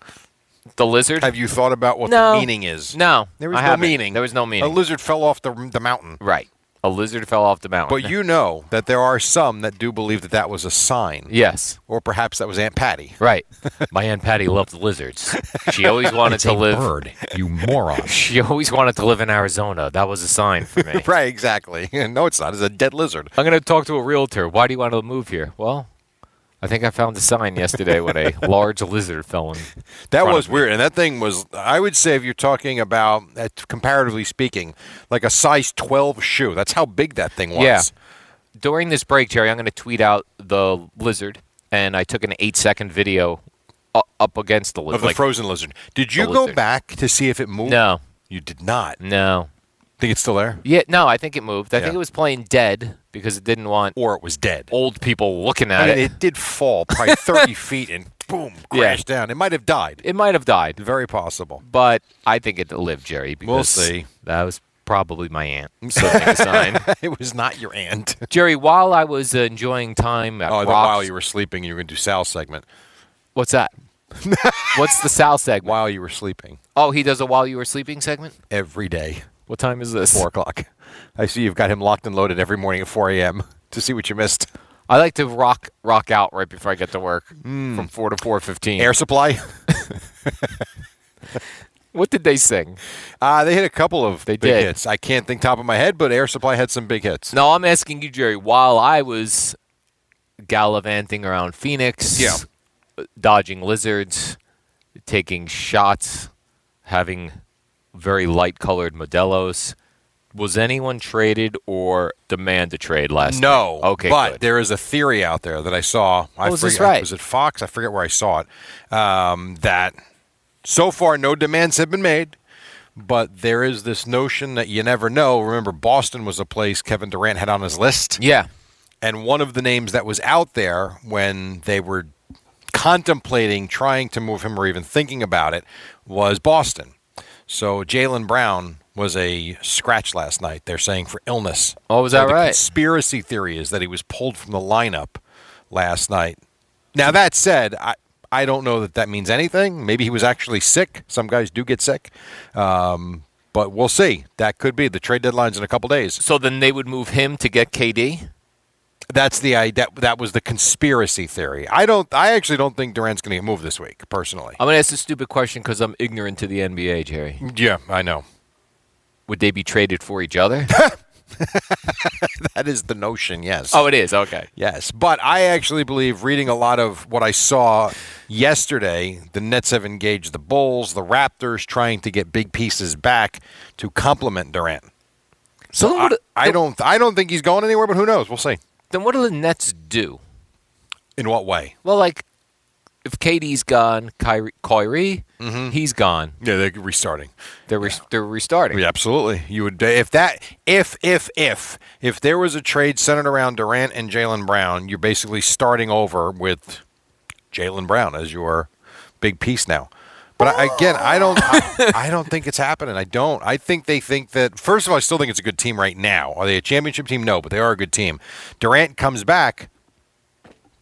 B: The lizard?
A: Have you thought about what
B: No.
A: the meaning is?
B: No,
A: There was
B: I
A: no
B: haven't.
A: meaning.
B: There was no meaning.
A: A lizard fell off the, the mountain.
B: right. A lizard fell off the mountain.
A: But you know that there are some that do believe that that was a sign.
B: Yes.
A: Or perhaps that was Aunt Patty.
B: Right. My Aunt Patty loved lizards. She always wanted to live.
A: you moron.
B: She always wanted to live in Arizona. That was a sign for me.
A: right, exactly. No, it's not. It's a dead lizard.
B: I'm going to talk to a realtor. Why do you want to move here? Well, I think I found a sign yesterday when a large lizard fell in.
A: That
B: front
A: was
B: of me.
A: weird. And that thing was, I would say, if you're talking about, uh, comparatively speaking, like a size 12 shoe. That's how big that thing was.
B: Yeah. During this break, Jerry, I'm going to tweet out the lizard, and I took an eight second video u- up against the lizard.
A: of the
B: like,
A: frozen lizard. Did you
B: the
A: go
B: lizard.
A: back to see if it moved?
B: No.
A: you did not.
B: no.
A: Think it's still there,
B: Yeah, no, I think it moved. I
A: Yeah.
B: think it was playing dead because it didn't want
A: or it was dead.
B: old people looking at
A: I mean,
B: it.
A: it did fall probably thirty feet and boom,
B: Yeah.
A: crashed down. It might have died.
B: It might have died,
A: Very possible.
B: but I think it lived, Jerry. Because
A: We'll see.
B: That was probably my aunt. So I think a sign.
A: it was not your aunt.
B: Jerry, while I was uh, enjoying time at
A: Oh, I thought
B: Rob's-
A: while you were sleeping, you were going to do Sal's segment.
B: what's that? what's the Sal segment?
A: While you were sleeping,
B: Oh, he does a while you were sleeping segment.
A: every day,
B: What time is this?
A: four o'clock. I see you've got him locked and loaded every morning at four a.m. to see what you missed.
B: I like to rock rock out right before I get to work from four to four fifteen.
A: Hmm. Air supply.
B: What did they sing?
A: Uh, they hit a couple of
B: They
A: big
B: did.
A: hits. I can't think top of my head, but Air Supply had some big hits.
B: No, I'm asking you, Jerry. While I was gallivanting around Phoenix,
A: Yeah.
B: dodging lizards, taking shots, having very light colored Modelo's, was anyone traded or demand a trade last?
A: No.
B: night? Okay.
A: But
B: good.
A: there is a theory out there that I saw. I
B: Oh, is this
A: forget-
B: right?
A: Was it Fox? I forget where I saw it. Um, that so far no demands have been made, But there is this notion that you never know. Remember, Boston was a place Kevin Durant had on his list.
B: Yeah.
A: And one of the names that was out there when they were contemplating trying to move him or even thinking about it was Boston. So Jalen Brown was a scratch last night. They're saying for illness.
B: Oh, is that
A: So the
B: right?
A: Conspiracy theory is that he was pulled from the lineup last night. Now that said, I I don't know that that means anything. Maybe he was actually sick. Some guys do get sick, um, but we'll see. That could be the trade deadline's in a couple days.
B: So then they would move him to get KD.
A: That's the I that, that was the conspiracy theory. I don't. I actually don't think Durant's going to get moved this week. Personally,
B: I'm gonna ask a stupid question because I'm ignorant to the NBA, Jerry.
A: yeah, I know.
B: Would they be traded for each other?
A: That is the notion. Yes.
B: oh, it is okay.
A: Yes, but I actually believe reading a lot of what I saw yesterday, the Nets have engaged the Bulls, the Raptors, trying to get big pieces back to complement Durant.
B: So then
A: I,
B: what,
A: I don't, I don't think he's going anywhere, but who knows? We'll see.
B: then what do the Nets do?
A: In what way?
B: Well, like if KD's gone, Kyrie, Kyrie
A: Mm-hmm.
B: he's gone.
A: Yeah, they're restarting.
B: They're re- they're restarting.
A: Yeah, absolutely. You would if that if if if if there was a trade centered around Durant and Jalen Brown, you're basically starting over with Jalen Brown as your big piece now. But I, again, I don't I, I don't think it's happening. I don't. I think they think that first of all, I still think it's a good team right now. Are they a championship team? No, but they are a good team. Durant comes back.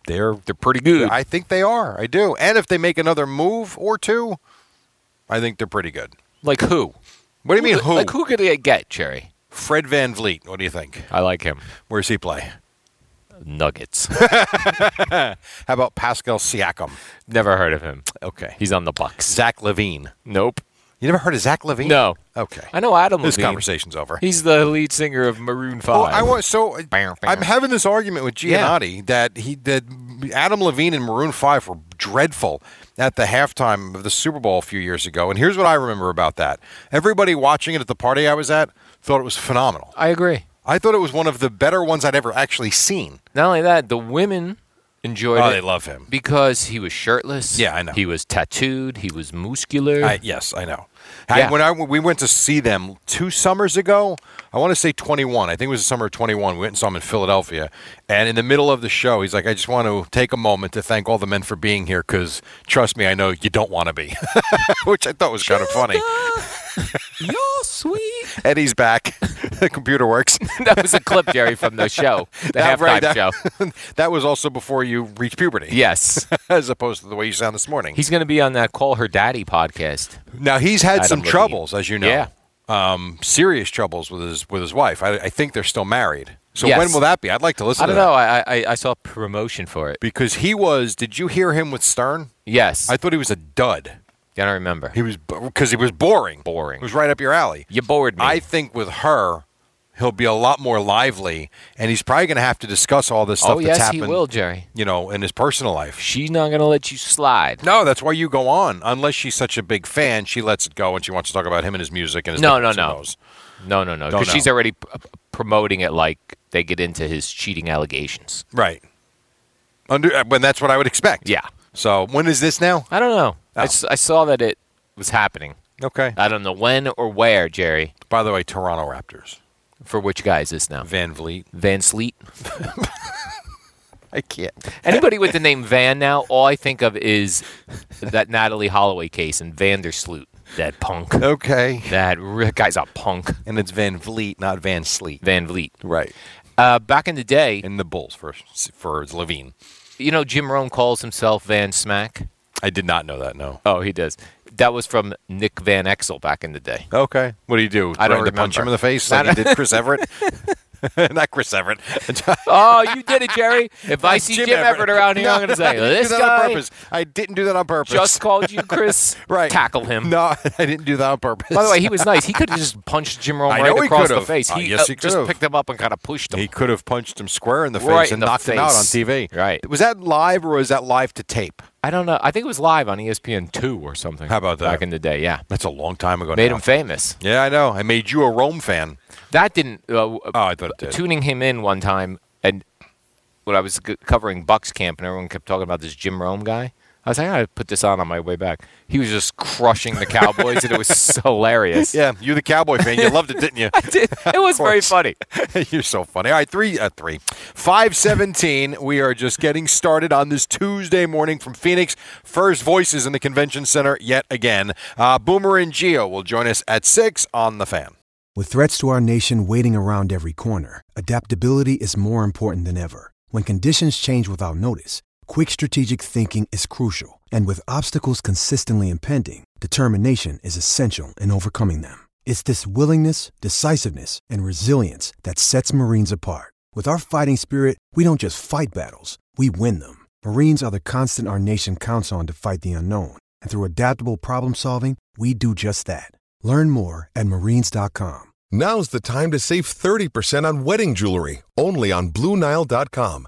A: They're
B: They're pretty good.
A: I think they are. I do. And if they make another move or two, I think they're pretty good.
B: like who?
A: What do you mean
B: Who- Like who could they get, Jerry?
A: Fred Van Vliet, what do you think?
B: I like him.
A: Where's he play?
B: Nuggets.
A: How about Pascal Siakam?
B: Never heard of him.
A: Okay.
B: He's on the Bucks.
A: Zach Levine.
B: Nope.
A: You never heard of Zach Levine?
B: No.
A: Okay.
B: I know Adam.
A: This
B: Levine.
A: conversation's over.
B: He's the lead singer of Maroon Five.
A: Oh, I want so
B: Bam, bam.
A: I'm having this argument with
B: Yeah.
A: Giannotti that he that Adam Levine and Maroon Five were dreadful at the halftime of the Super Bowl a few years ago, and here's what I remember about that: everybody watching it at the party I was at thought it was phenomenal.
B: I agree.
A: I thought it was one of the better ones I'd ever actually seen.
B: Not only that, the women enjoyed
A: Oh,
B: it
A: they love him.
B: because he was shirtless.
A: Yeah, I know.
B: He was tattooed. He was muscular.
A: I, yes, I know. I-
B: Yeah.
A: when I when we went to see them two summers ago, I want to say 21. I think it was the summer of 21. We went and saw him in Philadelphia, and in the middle of the show, he's like, "I just want to take a moment to thank all the men for being here because trust me, I know you don't want to be," which I thought was kind of funny.
B: You're sweet.
A: Eddie's back. the computer works.
B: that was a clip, Jerry, from the show, the
A: That-
B: halftime
A: right, that-
B: show.
A: that was also before you reached puberty.
B: Yes.
A: as opposed to the way you sound this morning.
B: He's going to be on that Call Her Daddy podcast.
A: Now he's had
B: Adam
A: some
B: Levine.
A: troubles, as you know.
B: Yeah.
A: Um, serious troubles with his with his wife. I, I think they're still married. So
B: Yes.
A: when will that be? I'd like to listen.
B: I don't
A: to that.
B: know. I, I I saw promotion for it.
A: because he was. Did you hear him with Stern?
B: Yes. I,
A: I thought he was a dud.
B: don't remember.
A: He was because he was boring.
B: Boring.
A: It was right up your alley.
B: You bored me.
A: I think with her, he'll be a lot more lively, and he's probably going to have to discuss all this stuff
B: oh
A: that's
B: yes, he
A: happened.
B: will, Jerry.
A: You know, in his personal life.
B: She's not going to let you slide.
A: No, that's why you go on. Unless she's such a big fan, she lets it go, and she wants to talk about him and his music and his
B: No, no,
A: different
B: no.
A: shows.
B: No, no, no.
A: Don't
B: Because she's
A: know.
B: already p- p- promoting it like they get into his cheating allegations.
A: Right. Under uh, when that's what I would expect.
B: Yeah.
A: So when is this now?
B: I don't know. I
A: Oh.
B: s I I, saw that it was happening.
A: Okay.
B: I don't know when or where, Jerry.
A: By the way, Toronto Raptors.
B: For which guy is this now?
A: Van Vliet.
B: Van Sleet.
A: I can't.
B: Anybody with the name Van now, all I think of is that Natalie Holloway case and Vandersloot. That punk.
A: Okay.
B: That r- guy's a punk.
A: And it's Van Vliet, not Van Sleet.
B: Van Vliet.
A: Right.
B: Uh, back in the day,
A: And the Bulls for for Levine.
B: you know, Jim Rome calls himself Van Smack.
A: I did not know that. No.
B: Oh, he does. That was from Nick Van Exel back in the day.
A: Okay. What do you do?
B: I don't
A: Threaten to punch
B: remember.
A: him in the face like you did Chris Everett. not Chris Everett.
B: Oh, you did it, Jerry. If I see Jim, Everett around here,
A: No,
B: I'm going to
A: I
B: say,
A: didn't
B: this
A: do that on
B: guy
A: purpose. I didn't do that on purpose.
B: just called you Chris.
A: right.
B: Tackle him.
A: No, I didn't do that on purpose.
B: By the way, he was nice. He could have just punched Jim Rome
A: I
B: right
A: know he
B: across the
A: could've.
B: face.
A: Uh,
B: He,
A: yes, he
B: just
A: could've.
B: picked him up and kind of pushed him.
A: He could have punched him square in the face
B: Right in
A: and
B: the
A: knocked him out on
B: face.
A: TV.
B: Right.
A: Was that live or was that live to tape?
B: I don't know. I think it was live on E ESPN two or something.
A: How about that?
B: Back in the day, yeah,
A: That's a long time ago.
B: made
A: now.
B: him famous.
A: Yeah, I know. I made you a Rome fan.
B: That didn't. Uh,
A: Oh, I thought it did.
B: tuning him in one time, and when I was g- covering Bucks camp, and everyone kept talking about this Jim Rome guy, I I was like, I gotta put this on on my way back. He was just crushing the Cowboys, and it was so hilarious.
A: Yeah, you're the Cowboy fan. You loved it, didn't you?
B: It was very
A: course.
B: funny.
A: You're so funny. All right, three, uh, three, five seventeen. We are just getting started on this Tuesday morning from Phoenix. First voices in the convention center yet again. Uh, Boomer and Geo will join us at six on the fan.
I: With threats to our nation waiting around every corner, adaptability is more important than ever. When conditions change without notice, quick strategic thinking is crucial, and with obstacles consistently impending, determination is essential in overcoming them. It's this willingness, decisiveness, and resilience that sets Marines apart. With our fighting spirit, we don't just fight battles, we win them. Marines are the constant our nation counts on to fight the unknown, and through adaptable problem solving, we do just that. Learn more at marines.com.
J: Now's the time to save 30% on wedding jewelry, only on BlueNile.com.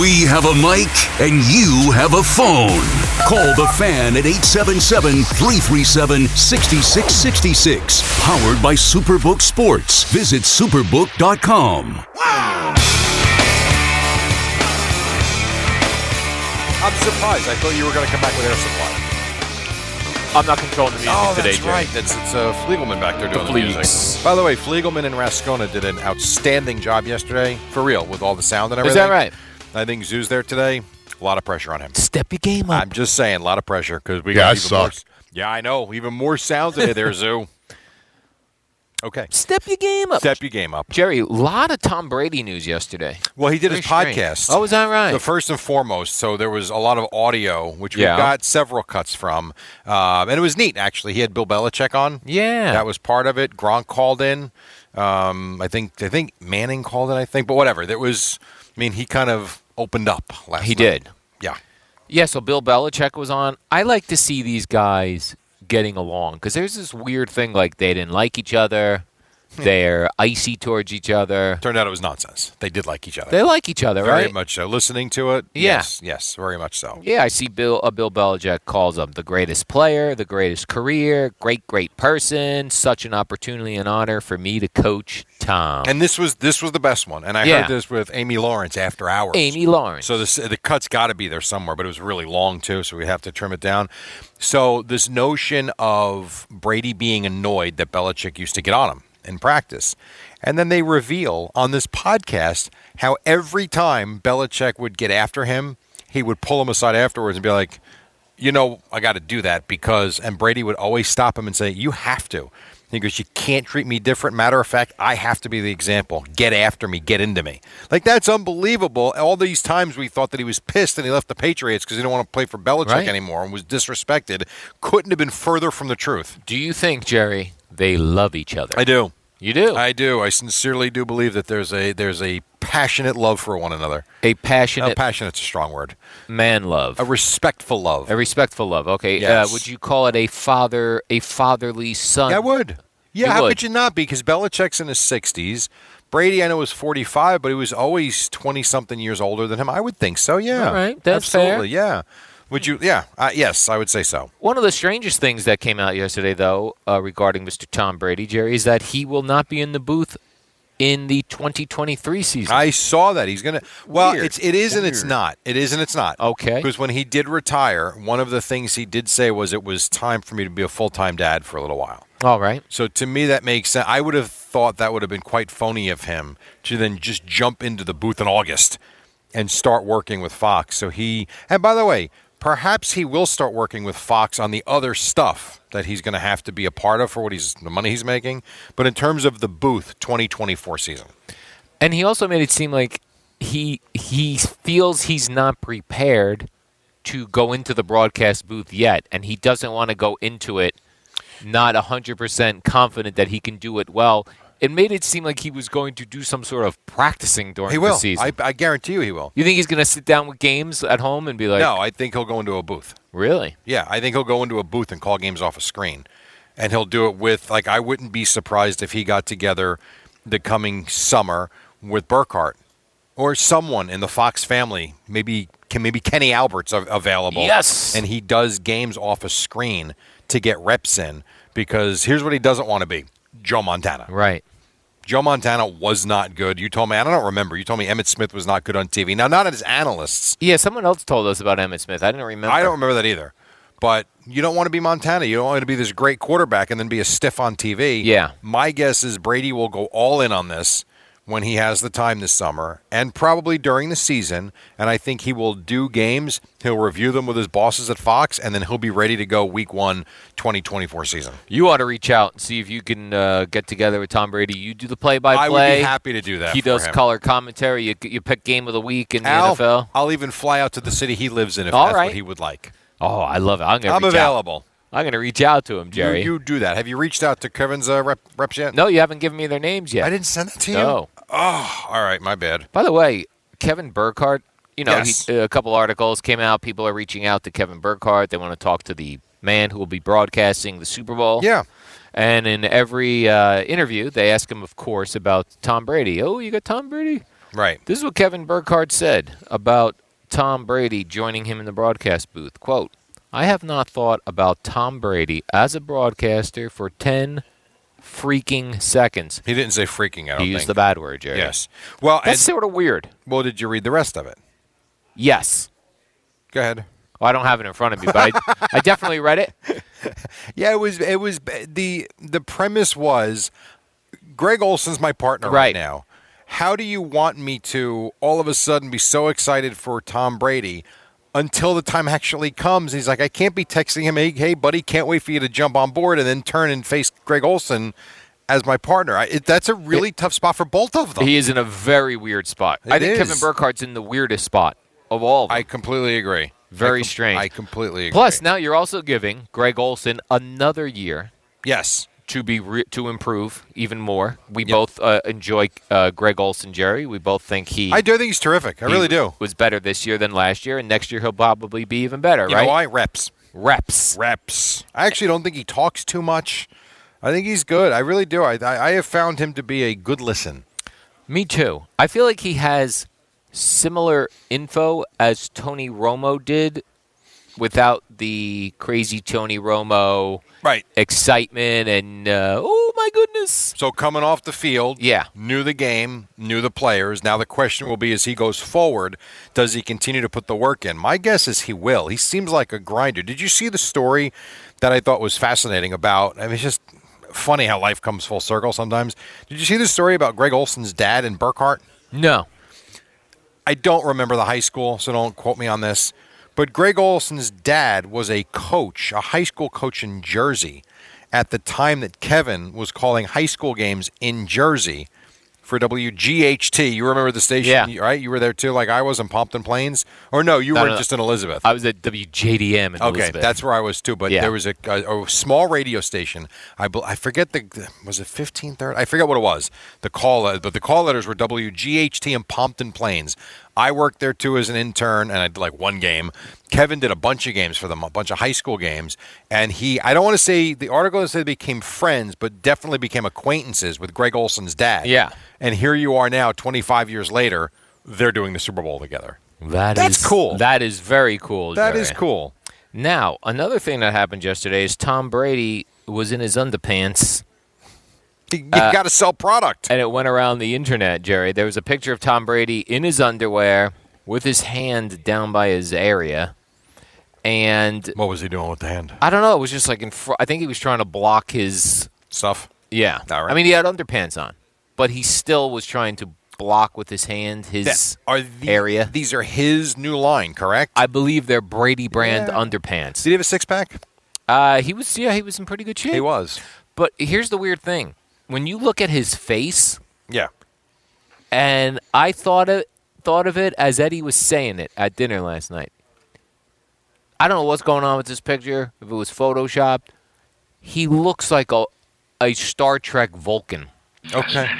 K: We have a mic and you have a phone. Call the fan at 877 337 6666. Powered by Superbook Sports. Visit superbook.com.
A: I'm surprised. I thought you were going to come back with air supply.
B: I'm not controlling the music
A: Oh,
B: today,
A: that's
B: Jerry.
A: right. That's it's uh, Fliegelman back there
B: The
A: doing the,
B: Fleegs.
A: music. By the way, Fliegelman and Rascona did an outstanding job yesterday, for real, with all the sound and
B: Is
A: everything.
B: that right?
A: I think Zoo's there today. A lot of pressure on him.
B: Step your game up.
A: I'm just saying, a lot of pressure because we
L: Yeah, I
A: got even more,
L: suck.
A: Yeah, I know. Even more sound today, there, Zoo. Okay,
B: Step your game up.
A: step your game up.
B: Jerry, a lot of Tom Brady news yesterday.
A: Well, he did
B: Very
A: his
B: strange.
A: podcast.
B: Oh, is that right?
A: The first and foremost. So there was a lot of audio, which
B: Yeah.
A: we got several cuts from, um, and it was neat actually. He had Bill Belichick on.
B: Yeah.
A: that was part of it. Gronk called in. Um, I think I think Manning called in. I think, but whatever. There was. I mean, he kind of opened up last.
B: He
A: night.
B: did.
A: Yeah.
B: Yeah, so Bill Belichick was on. I like to see these guys getting along because there's this weird thing like they didn't like each other,
A: Hmm.
B: they're icy towards each other.
A: Turned out it was nonsense. They did like each other.
B: They like each other,
A: very
B: right?
A: much so. Listening to it.
B: Yeah.
A: Yes. Yes. Very much so.
B: Yeah, I see Bill. Uh, Bill Belichick calls him the greatest player, the greatest career, great, great person. Such an opportunity and honor for me to coach Tom.
A: And this was this was the best one. And I
B: Yeah.
A: heard this with Amy Lawrence after hours.
B: Amy Lawrence.
A: So this, the cut's got to be there somewhere, but it was really long too, so we have to trim it down. So this notion of Brady being annoyed that Belichick used to get on him in practice, and then they reveal on this podcast how every time Belichick would get after him, he would pull him aside afterwards and be like, "You know, I got to do that because," and Brady would always stop him and say, "You have to." He goes, You can't treat me different. Matter of fact, I have to be the example. Get after me. Get into me. Like, that's unbelievable. All these times we thought that he was pissed and he left the Patriots because he didn't want to play for Belichick
B: Right.
A: anymore and was disrespected. Couldn't have been further from the truth.
B: do you think, Jerry, they love each other?
A: I do.
B: You do.
A: I do. I sincerely do believe that there's a there's a passionate love for one another.
B: a
A: Uh,
B: passionate
A: passionate's a strong word.
B: man love.
A: A respectful love.
B: A respectful love. Okay.
A: Yes.
B: Uh, would you call it a father, a fatherly son?
A: Yeah, I would. Yeah,
B: You
A: how
B: would.
A: could you not? Because Belichick's in his 60s. Brady, I know, is 45, but he was always 20 something years older than him. I would think so, yeah.
B: All right, that's fair.
A: Absolutely, yeah. Would you? Yeah, uh, yes, I would say so.
B: One of the strangest things that came out yesterday, though, uh, regarding Mr. Tom Brady, Jerry, is that he will not be in the booth in the 2023 season.
A: I saw that he's gonna. Well,
B: Weird.
A: it's it is and it's
B: Weird.
A: not. It is and it's not.
B: Okay.
A: Because when he did retire, one of the things he did say was it was time for me to be a full time dad for a little while.
B: All right.
A: So to me, that makes sense. I would have thought that would have been quite phony of him to then just jump into the booth in August and start working with Fox. So he, and by the way, perhaps he will start working with Fox on the other stuff that he's going to have to be a part of for what he's the money he's making. But in terms of the booth 2024 season,
B: and he also made it seem like he he feels he's not prepared to go into the broadcast booth yet, and he doesn't want to go into it not 100% confident that he can do it well. It made it seem like he was going to do some sort of practicing during
A: he will.
B: the season.
A: I, I guarantee you, he will.
B: you think he's going to sit down with games at home and be like,
A: no, I think he'll go into a booth.
B: really?
A: Yeah, I think he'll go into a booth and call games off a screen. And he'll do it with, like, I wouldn't be surprised if he got together the coming summer with Burkhardt or someone in the Fox family. Maybe can maybe Kenny Albert's av- available.
B: Yes.
A: And he does games off a screen to get reps in because here's what he doesn't want to be Joe Montana.
B: Right.
A: Joe Montana was not good. You told me, I don't remember. You told me Emmett Smith was not good on TV. Now, not as analysts.
B: Yeah, someone else told us about Emmett Smith. I didn't remember.
A: I don't remember that either. But you don't want to be Montana. You don't want to be this great quarterback and then be a stiff on TV.
B: Yeah.
A: My guess is Brady will go all in on this when he has the time this summer and probably during the season. And I think he will do games. He'll review them with his bosses at Fox, and then he'll be ready to go week one, 2024 season.
B: You ought to reach out and see if you can uh, get together with Tom Brady. You do the play-by-play.
A: I would be happy to do that.
B: He
A: for
B: does
A: him.
B: color commentary. You, you pick game of the week in the
A: Al,
B: NFL.
A: I'll even fly out to the city he lives in if
B: All
A: that's
B: right.
A: what he would like.
B: Oh, I love it. I'm gonna.
A: I'm
B: reach
A: available.
B: Out. I'm gonna reach out to him,
A: You-
B: Jerry.
A: You, do that. Have you reached out to Kevin's uh, rep, reps yet?
B: no, you haven't given me their names yet.
A: I didn't send that to you.
B: No.
A: Oh, all right, my bad.
B: By the way, Kevin Burkhardt, you know,
A: Yes.
B: he, a couple articles came out. People are reaching out to Kevin Burkhardt. They want to talk to the man who will be broadcasting the Super Bowl.
A: Yeah.
B: And in every uh, interview, they ask him, of course, about Tom Brady. Oh, you got Tom Brady?
A: Right.
B: This is what Kevin Burkhardt said about Tom Brady joining him in the broadcast booth. Quote, I have not thought about Tom Brady as a broadcaster for 10 freaking seconds.
A: He didn't say freaking. I don't
B: He used
A: think.
B: the bad word, Jerry.
A: Yes. Well, and,
B: That's sort of weird.
A: well, did you read the rest of it?
B: Yes.
A: Go ahead.
B: Well, I don't have it in front of me, but I, I definitely read it.
A: Yeah, it was. It was the the premise was Greg Olson's my partner right.
B: Right.
A: now. How do you want me to all of a sudden be so excited for Tom Brady until the time actually comes? He's like, I can't be texting him, hey, hey, buddy, can't wait for you to jump on board, and then turn and face Greg Olson as my partner. I, it, that's a really tough spot for both of them.
B: He is in a very weird spot. I
A: It
B: think
A: is.
B: Kevin Burkhardt's in the weirdest spot of all of them.
A: I completely agree.
B: Very
A: I com-
B: strange.
A: I completely agree.
B: Plus, now you're also giving Greg Olson another year
A: yes,
B: to be re- to improve even more. We both uh, enjoy uh, Greg Olson, Jerry. We both think he
A: I do think he's terrific. I
B: he
A: really do.
B: was better this year than last year, and next year he'll probably be even better.
A: You
B: right?
A: know why? Reps.
B: Reps.
A: reps. I actually don't think he talks too much. I think he's good. I really do. I I, I have found him to be a good listen.
B: Me too. I feel like he has similar info as Tony Romo did without the crazy Tony Romo
A: Right.
B: excitement and uh, oh my goodness.
A: So coming off the field,
B: Yeah.
A: knew the game, knew the players. Now the question will be: as he goes forward, does he continue to put the work in? My guess is he will. He seems like a grinder. Did you see the story that I thought was fascinating about? I mean, it's just funny how life comes full circle sometimes. Did you see the story about Greg Olson's dad and Burkhart?
B: No.
A: I don't remember the high school, so don't quote me on this. But Greg Olson's dad was a coach, a high school coach in Jersey at the time that Kevin was calling high school games in Jersey for WGHT. You remember the station,
B: Yeah.
A: right? You were there too, like I was in Pompton Plains. Or no, you
B: No,
A: were
B: no, no.
A: just in Elizabeth.
B: I was at WJDM in
A: Okay,
B: Elizabeth.
A: that's where I was too. But
B: Yeah.
A: there was a, a, a small radio station. I, bel- I forget the was it fifteen thirty. I forget what it was. The call, uh, but the call letters were WGHT in Pompton Plains. I worked there too as an intern, and I did like one game. Kevin did a bunch of games for them, a bunch of high school games, and he. I don't want to say the article said they became friends, but definitely became acquaintances with Greg Olson's dad.
B: Yeah.
A: and here you are now, twenty five years later. They're doing the Super Bowl together.
B: That
A: That's
B: is-
A: cool.
B: That is very cool.
A: That is
B: Jerry.
A: cool.
B: Now, another thing that happened yesterday is Tom Brady was in his underpants
A: You,
B: Uh,
A: got to sell product.
B: and it went around the internet, Jerry. There was a picture of Tom Brady in his underwear with his hand down by his area. And
A: What was he doing with the hand?
B: I don't know, it was just like in fr- I think he was trying to block his
A: Stuff.
B: yeah.
A: All right.
B: I mean, he had underpants on, but he still was trying to block with his hand, his
A: That- are the-
B: area.
A: These are his new line, correct?
B: I believe they're Brady brand underpants. Did
A: he have a six pack?
B: Uh, he was. Yeah, he was in pretty good shape. He
A: was.
B: But here's the weird thing: when you look at his face,
A: Yeah.
B: and I thought of thought of it as Eddie was saying it at dinner last night. I don't know what's going on with this picture. If it was photoshopped, he looks like a a Star Trek Vulcan.
A: Okay.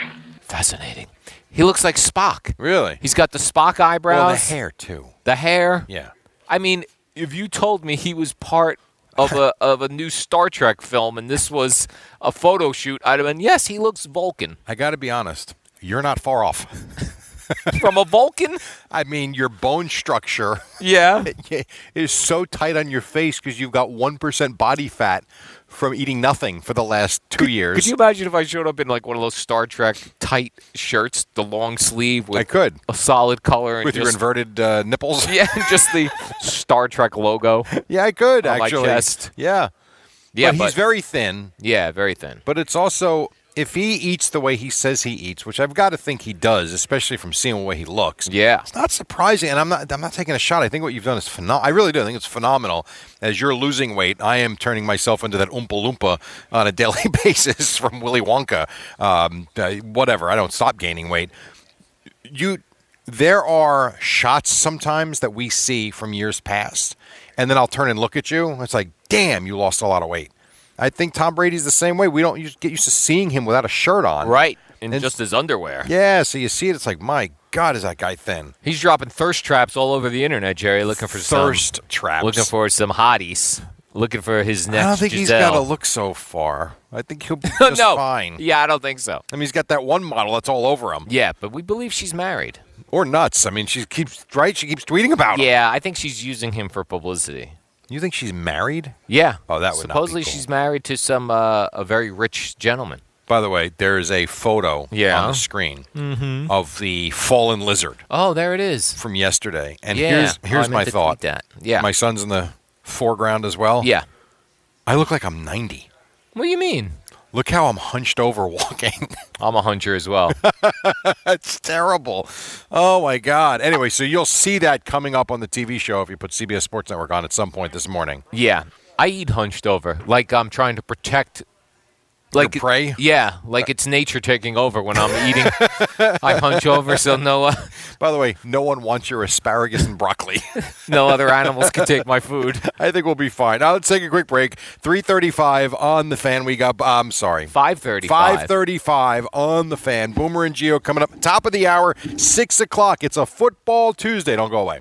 B: Fascinating. He looks like Spock.
A: Really?
B: He's got the Spock eyebrows.
A: Well, the hair too.
B: The hair.
A: Yeah.
B: I mean, if you told me he was part of a of a new Star Trek film and this was a photo shoot, I'd have been yes, he looks Vulcan.
A: I got to be honest. You're not far off.
B: From a Vulcan?
A: I mean, your bone structure
B: Yeah.
A: it is so tight on your face because you've got 1% body fat from eating nothing for the last two years.
B: Could you imagine if I showed up in like one of those Star Trek tight shirts, the long sleeve with
A: I could.
B: a solid color and
A: With your
B: just-
A: inverted uh, nipples?
B: Yeah, just the Star Trek logo.
A: Yeah, I could
B: on
A: actually.
B: My chest.
A: Yeah.
B: Yeah,
A: but he's
B: but-
A: very thin.
B: Yeah, very thin.
A: But it's also if he eats the way he says he eats, which I've got to think he does, especially from seeing the way he looks.
B: Yeah.
A: It's not surprising, and I'm not I'm not taking a shot. I think what you've done is phenomenal. I really do. I think it's phenomenal. As you're losing weight, I am turning myself into that Oompa Loompa on a daily basis from Willy Wonka. Um, uh, whatever. I don't stop gaining weight you there are shots sometimes that we see from years past and then I'll turn and look at you it's like damn you lost a lot of weight I think Tom Brady's the same way we don't us- get used to seeing him without a shirt on
B: Right. In just his underwear.
A: yeah so you see it it's like my god is that guy thin
B: He's dropping thirst traps all over the internet, Jerry, looking for some-
A: Thirst traps.
B: looking for some hotties, looking for his next.
A: I don't think he's
B: Giselle.
A: got to look so far I think he'll be just
B: no,
A: fine
B: yeah, I don't think so.
A: I mean he's got that one model that's all over him
B: Yeah, but we believe she's married.
A: or nuts I mean she keeps right she keeps tweeting about him
B: Yeah, I think she's using him for publicity.
A: you think she's married
B: Yeah.
A: Oh, that would not be
B: supposedly
A: cool.
B: she's married to some uh, a very rich gentleman.
A: By the way, there is a photo
B: Yeah.
A: on the screen
B: Mhm.
A: of the fallen lizard
B: Oh, there it is.
A: from yesterday. And
B: Yeah.
A: here's
B: Oh, I
A: here's
B: meant to
A: my
B: tweet
A: thought.
B: that. Yeah.
A: My son's in the foreground as well.
B: Yeah.
A: I look like I'm 90.
B: What do you mean?
A: Look how I'm hunched over walking.
B: I'm a huncher as well.
A: That's terrible. Oh my god. Anyway, so you'll see that coming up on the TV show if you put CBS Sports Network on at some point this morning.
B: yeah, I eat hunched over, like I'm trying to protect. Like
A: Your prey?
B: Yeah, like it's nature taking over when I'm eating. I hunch over so no uh,
A: By the way, no one wants your asparagus and broccoli.
B: no other animals can take my food.
A: I think we'll be fine. Now let's take a quick break. 335 on the fan. We got, I'm sorry.
B: Five thirty.
A: 535 on the fan. Boomer and Geo coming up top of the hour, 6 o'clock. It's a football Tuesday. Don't go away.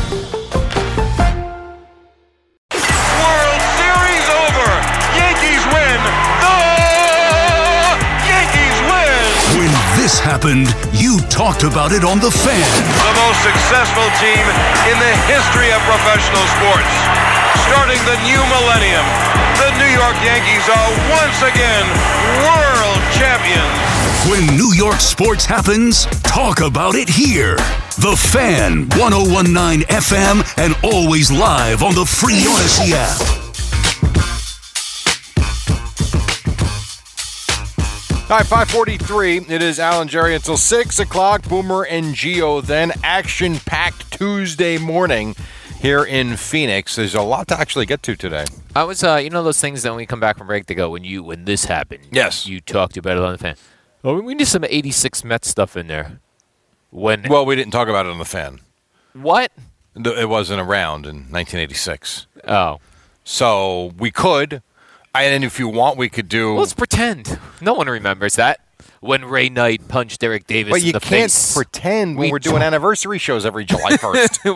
M: World Series over. Yankees win. The Yankees win.
I: When this happened, you talked about it on The Fan.
M: The most successful team in the history of professional sports. Starting the new millennium, the New York Yankees are once again world champions.
I: When New York sports happens, talk about it here. The Fan, 1019 FM, and always live on the Free Odyssey app.
A: All right, 543. It is Alan Jerry until 6 o'clock. Boomer and Geo then. Action packed Tuesday morning here in Phoenix. There's a lot to actually get to today.
B: I was, uh, you know, those things that when we come back from break, they go when you when this happened. Yes, you talked about it on the fan. Oh, we need some '86 Mets stuff in there. When
A: Well, we didn't talk about it on the fan.
B: what?
A: No, It wasn't around in 1986.
B: Oh.
A: So we could. And if you want, we could do.
B: Let's pretend. No one remembers that when Ray Knight punched Derek Davis.
A: But
B: in
A: you
B: the
A: can't
B: face.
A: pretend when
B: We
A: we are doing
B: don't-
A: anniversary shows every July 1st.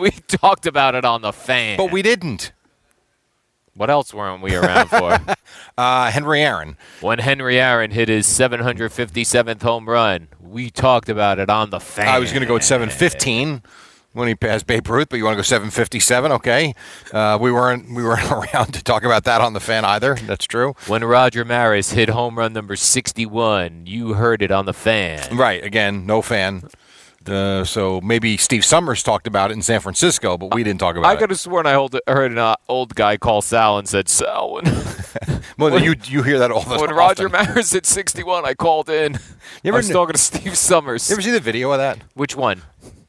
B: we talked about it on the fan.
A: but we didn't.
B: What else weren't we around for?
A: uh, Henry Aaron.
B: When Henry Aaron hit his 757th home run, we talked about it on the fan.
A: I was going to go at 715. when he passed Babe Ruth, but you want to go 757? Okay, uh, we weren't we weren't around to talk about that on the fan either. That's true.
B: When Roger Maris hit home run number 61, you heard it on the fan.
A: Right. Again, no fan. Uh, so maybe Steve Summers talked about it in San Francisco, but we didn't talk about
B: I
A: it.
B: could have sworn I hold, heard an uh, old guy call Sal and said, "Sal, when,
A: Well, you you hear that all the
B: when
A: time.
B: Roger Maris hit 61, I called in.
A: You
B: I
A: ever
B: was
A: kn-
B: talking to Steve Summers.
A: You ever see the video of that?
B: Which one?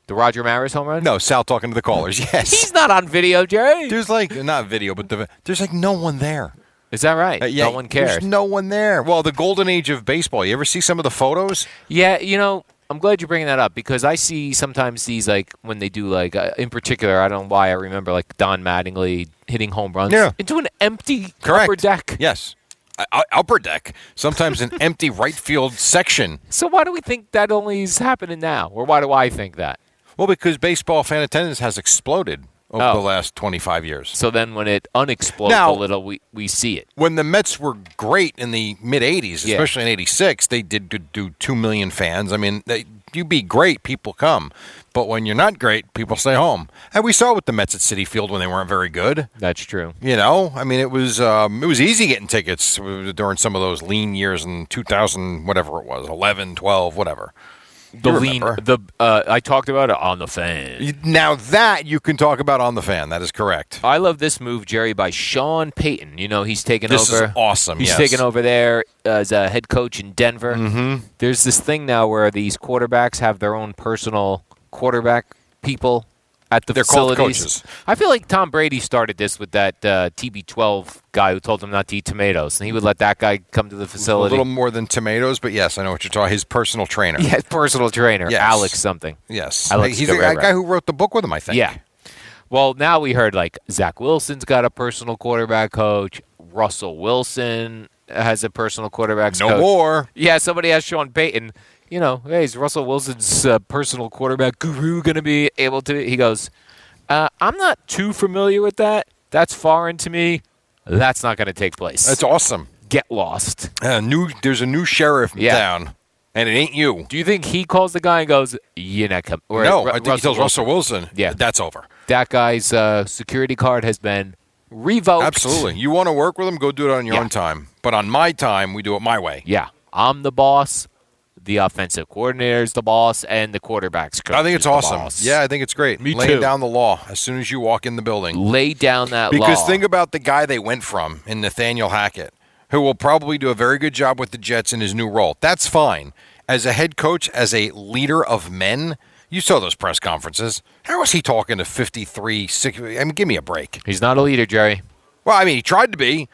B: The Roger Maris home run?
A: No, Sal talking to the callers. Yes,
B: He's not on video, Jerry.
A: there's like not video, but the, there's like no one there.
B: Is that right?
A: Uh, yeah,
B: no one cares.
A: There's no one there. Well, the golden age of baseball. You ever see some of the photos?
B: Yeah, you know, I'm glad you're bringing that up because I see sometimes these like when they do like uh, in particular, I don't know why I remember like Don Mattingly hitting home runs
A: Yeah.
B: into an empty upper deck.
A: Yes. Uh, u- upper deck. Sometimes an empty right field section.
B: So why do we think that only is happening now, or why do I think that?
A: Well, because baseball fan attendance has exploded over
B: Oh.
A: the last 25 years.
B: So then when it unexplodes
A: Now-
B: a little, we, we see it.
A: When the Mets were great in the mid 80s,
B: Yeah.
A: especially in 86, they did do- do 2 million fans. I mean, they, you be great, people come. But when you're not great, people stay home. And we saw with the Mets at City Field when they weren't very good.
B: That's true.
A: You know, I mean, it was um, it was easy getting tickets during some of those lean years in 2000, whatever it was, 11, 12, whatever.
B: The
A: You
B: lean,
A: remember.
B: the uh, I talked about it on the fan.
A: You- Now that you can talk about on the fan, that is correct.
B: I love this move, Jerry, by Sean Payton. You know, he's taken
A: This is
B: over.
A: awesome,
B: He's
A: yes.
B: taken over there as a head coach in Denver.
A: Mhm.
B: There's this thing now where these quarterbacks have their own personal quarterback people at the
A: They're called
B: facilities.
A: coaches.
B: I feel like Tom Brady started this with that uh, TB12 guy who told him not to eat tomatoes, and he would let that guy come to the
A: A
B: facility.
A: little more than tomatoes, but yes, I know what you're talking. His personal trainer.
B: yeah, personal trainer,
A: Yes.
B: Alex something.
A: Yes.
B: Alex
A: He's the
B: Guerrero.
A: guy who wrote the book with him, I think.
B: Yeah. Well, now we heard like Zach Wilson's got a personal quarterback coach. Russell Wilson has a personal quarterback
A: No
B: coach.
A: more.
B: Yeah, somebody asked Sean Payton, you know, hey, is Russell Wilson's uh, personal quarterback guru going to be able to? He goes, uh, I'm not too familiar with that. That's foreign to me. That's not going to take place.
A: That's awesome.
B: Get lost.
A: Uh, new. There's a new sheriff in
B: Yeah.
A: town, and it ain't you.
B: Do you think he calls the guy and goes, you're not coming? or
A: no,
B: Ru-
A: I think he tells Russell Wilson.
B: Yeah.
A: That's over.
B: That guy's uh, security card has been revoked.
A: Absolutely. You want to work with him? Go do it on your own time. But on my time, we do it my way.
B: Yeah, I'm the boss. The offensive coordinator is the boss, and the quarterbacks coach.
A: I think
B: is
A: it's
B: the
A: awesome.
B: boss.
A: Yeah, I think it's great.
B: Me
A: Laying
B: too.
A: down the law as soon as you walk in the building.
B: lay down that
A: Because
B: law.
A: think about the guy they went from in Nathaniel Hackett, who will probably do a very good job with the Jets in his new role. That's fine. As a head coach, as a leader of men, you saw those press conferences. How was he talking to 53, 60? I mean, give me a break.
B: he's not a leader, Jerry.
A: Well, I mean, he tried to be.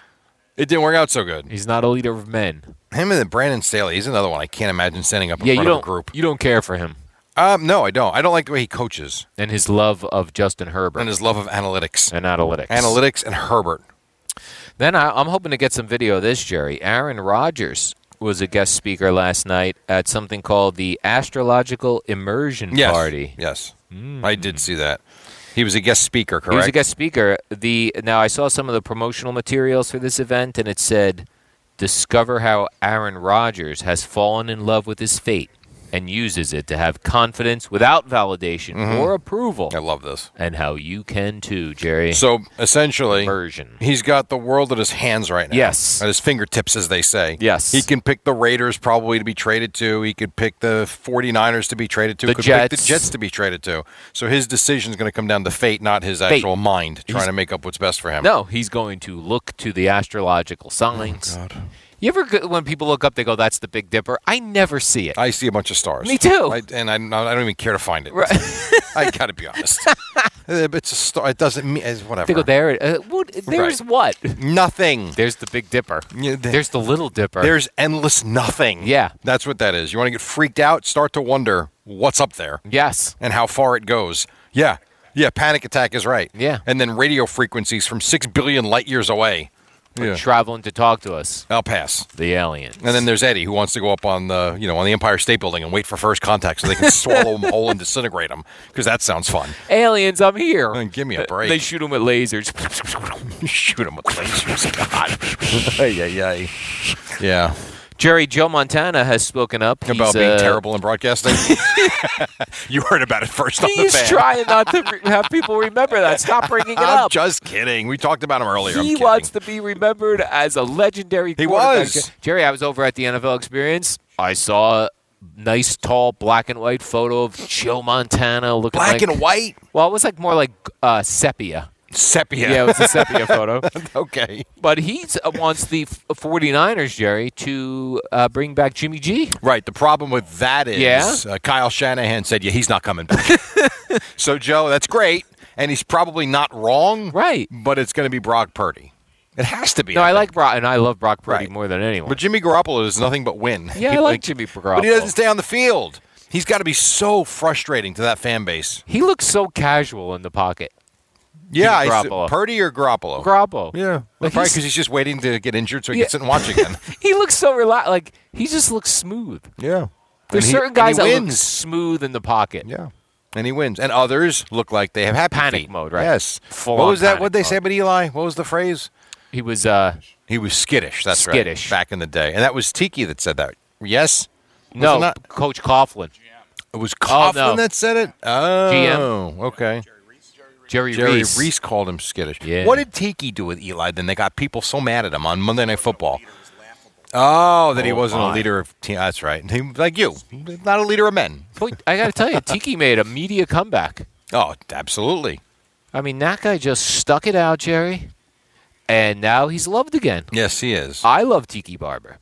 A: It didn't work out so good.
B: He's not a leader of men.
A: Him and then Brandon Staley, he's another one I can't imagine standing up in
B: Yeah, you
A: front of
B: don't.
A: a group.
B: You don't care for him
A: Um, no, I don't. I don't like the way he coaches
B: and his love of Justin Herbert
A: and his love of analytics.
B: and analytics.
A: Analytics and Herbert.
B: Then I, I'm hoping to get some video of this, Jerry. Aaron Rodgers was a guest speaker last night at something called the Astrological Immersion
A: Yes.
B: Party.
A: Yes. I did see that. He was a guest speaker, correct?
B: He was a guest speaker. The now I saw some of the promotional materials for this event, and it said, "Discover how Aaron Rodgers has fallen in love with his fate and uses it to have confidence without validation
A: Mhm.
B: or approval,
A: I love this.
B: and how you can too, Jerry."
A: So essentially,
B: Immersion.
A: he's got the world at his hands right now.
B: Yes.
A: At his fingertips, as they say.
B: Yes.
A: He can pick the Raiders probably to be traded to. He could pick the 49ers to be traded to.
B: The
A: could pick
B: Jets.
A: the Jets to be traded to. So his decision is going to come down to fate, not his
B: Fate.
A: actual mind trying
B: He's-
A: to make up what's best for him.
B: no, he's going to look to the astrological signs.
A: Oh, God.
B: You ever go- when people look up, they go, "That's the Big Dipper." I never see it.
A: I see a bunch of stars.
B: Me too.
A: I, and I, I don't even care to find it.
B: Right.
A: I got to be honest. Uh, it's a star. It doesn't mean it's whatever.
B: they go there. it- Uh, what, there's what?
A: Nothing.
B: There's the Big Dipper.
A: Yeah, the-
B: there's the Little Dipper.
A: There's endless nothing.
B: Yeah.
A: That's what that is. You want to get freaked out, start to wonder what's up there
B: yes.
A: and how far it goes. Yeah. Yeah, panic attack is right.
B: Yeah.
A: And then radio frequencies from 6 billion light years away.
B: We're
A: Yeah.
B: traveling to talk to us.
A: I'll pass.
B: The aliens.
A: And then there's Eddie who wants to go up on the, you know, on the Empire State Building and wait for first contact so they can swallow him whole and disintegrate him because that sounds fun.
B: aliens, I'm here.
A: Man, give me a
B: They-
A: break.
B: They shoot them with lasers.
A: Shoot him with lasers. God. Ay, ay, ay. Yeah.
B: Jerry Joe Montana has spoken up
A: About
B: He's,
A: being
B: uh,
A: terrible in broadcasting. you heard about it first on the
B: He's
A: fan.
B: trying not to re- have people remember that. Stop bringing it
A: I'm
B: up.
A: just kidding. We talked about him earlier. I'm
B: he
A: kidding.
B: wants to be remembered as a legendary.
A: He
B: quarterback.
A: was.
B: Jerry. I was over at the NFL Experience. I saw a nice, tall, black and white photo of Joe Montana looking
A: Black
B: like-
A: and white?
B: Well, it was like more like uh, sepia.
A: Sepia.
B: Yeah, it was a sepia photo.
A: okay.
B: But he uh, wants the f- 49ers, Jerry, to uh, bring back Jimmy G.
A: Right. The problem with that is
B: Yeah?
A: uh, Kyle Shanahan said, yeah, he's not coming back. so, Joe, that's great. And he's probably not wrong.
B: Right.
A: But it's going to be Brock Purdy. It has to be.
B: No,
A: I
B: I like Brock, and I love Brock Purdy more than anyone.
A: But Jimmy Garoppolo is nothing but win.
B: Yeah, I
A: He-
B: like Jimmy
A: But he
B: Garoppolo.
A: doesn't stay on the field. He's got to be so frustrating to that fan base.
B: He looks so casual in the pocket.
A: Yeah,
B: Jimmy
A: I s-
B: Garoppolo.
A: Purdy or Garoppolo?
B: Garoppolo.
A: Yeah, well,
B: Like,
A: probably
B: he's-
A: because he's just waiting to get injured so he
B: Yeah.
A: can sit and watch again.
B: He looks so relaxed. Like he just looks smooth.
A: yeah,
B: There's
A: And he-
B: certain
A: and he
B: guys that look
A: wins.
B: smooth in the pocket.
A: Yeah. and he wins, and others look like they have happy
B: Panic
A: feet.
B: mode, right?
A: Yes.
B: Full
A: what
B: on
A: was that?
B: panic
A: What they
B: mode.
A: say about Eli? What was the phrase?
B: He was uh
A: He was skittish. That's
B: Skittish.
A: right. Back in the day, and that was Tiki that said that. Yes. Was
B: no
A: it not?
B: Coach Coughlin.
A: It was
B: Oh,
A: Coughlin
B: no.
A: that said it. Oh, okay.
B: Jerry,
A: Jerry
B: Reese.
A: Reese. called him skittish.
B: Yeah.
A: What did Tiki do with Eli? Then they got people so mad at him on Monday Night Football. Oh, that he
B: Oh,
A: wasn't
B: my.
A: a leader of team. That's right. He, like you, not a leader of men.
B: Boy, I got to tell you, Tiki made a media comeback.
A: Oh, absolutely.
B: I mean, that guy just stuck it out, Jerry, and now he's loved again.
A: Yes, he is.
B: I love Tiki Barber.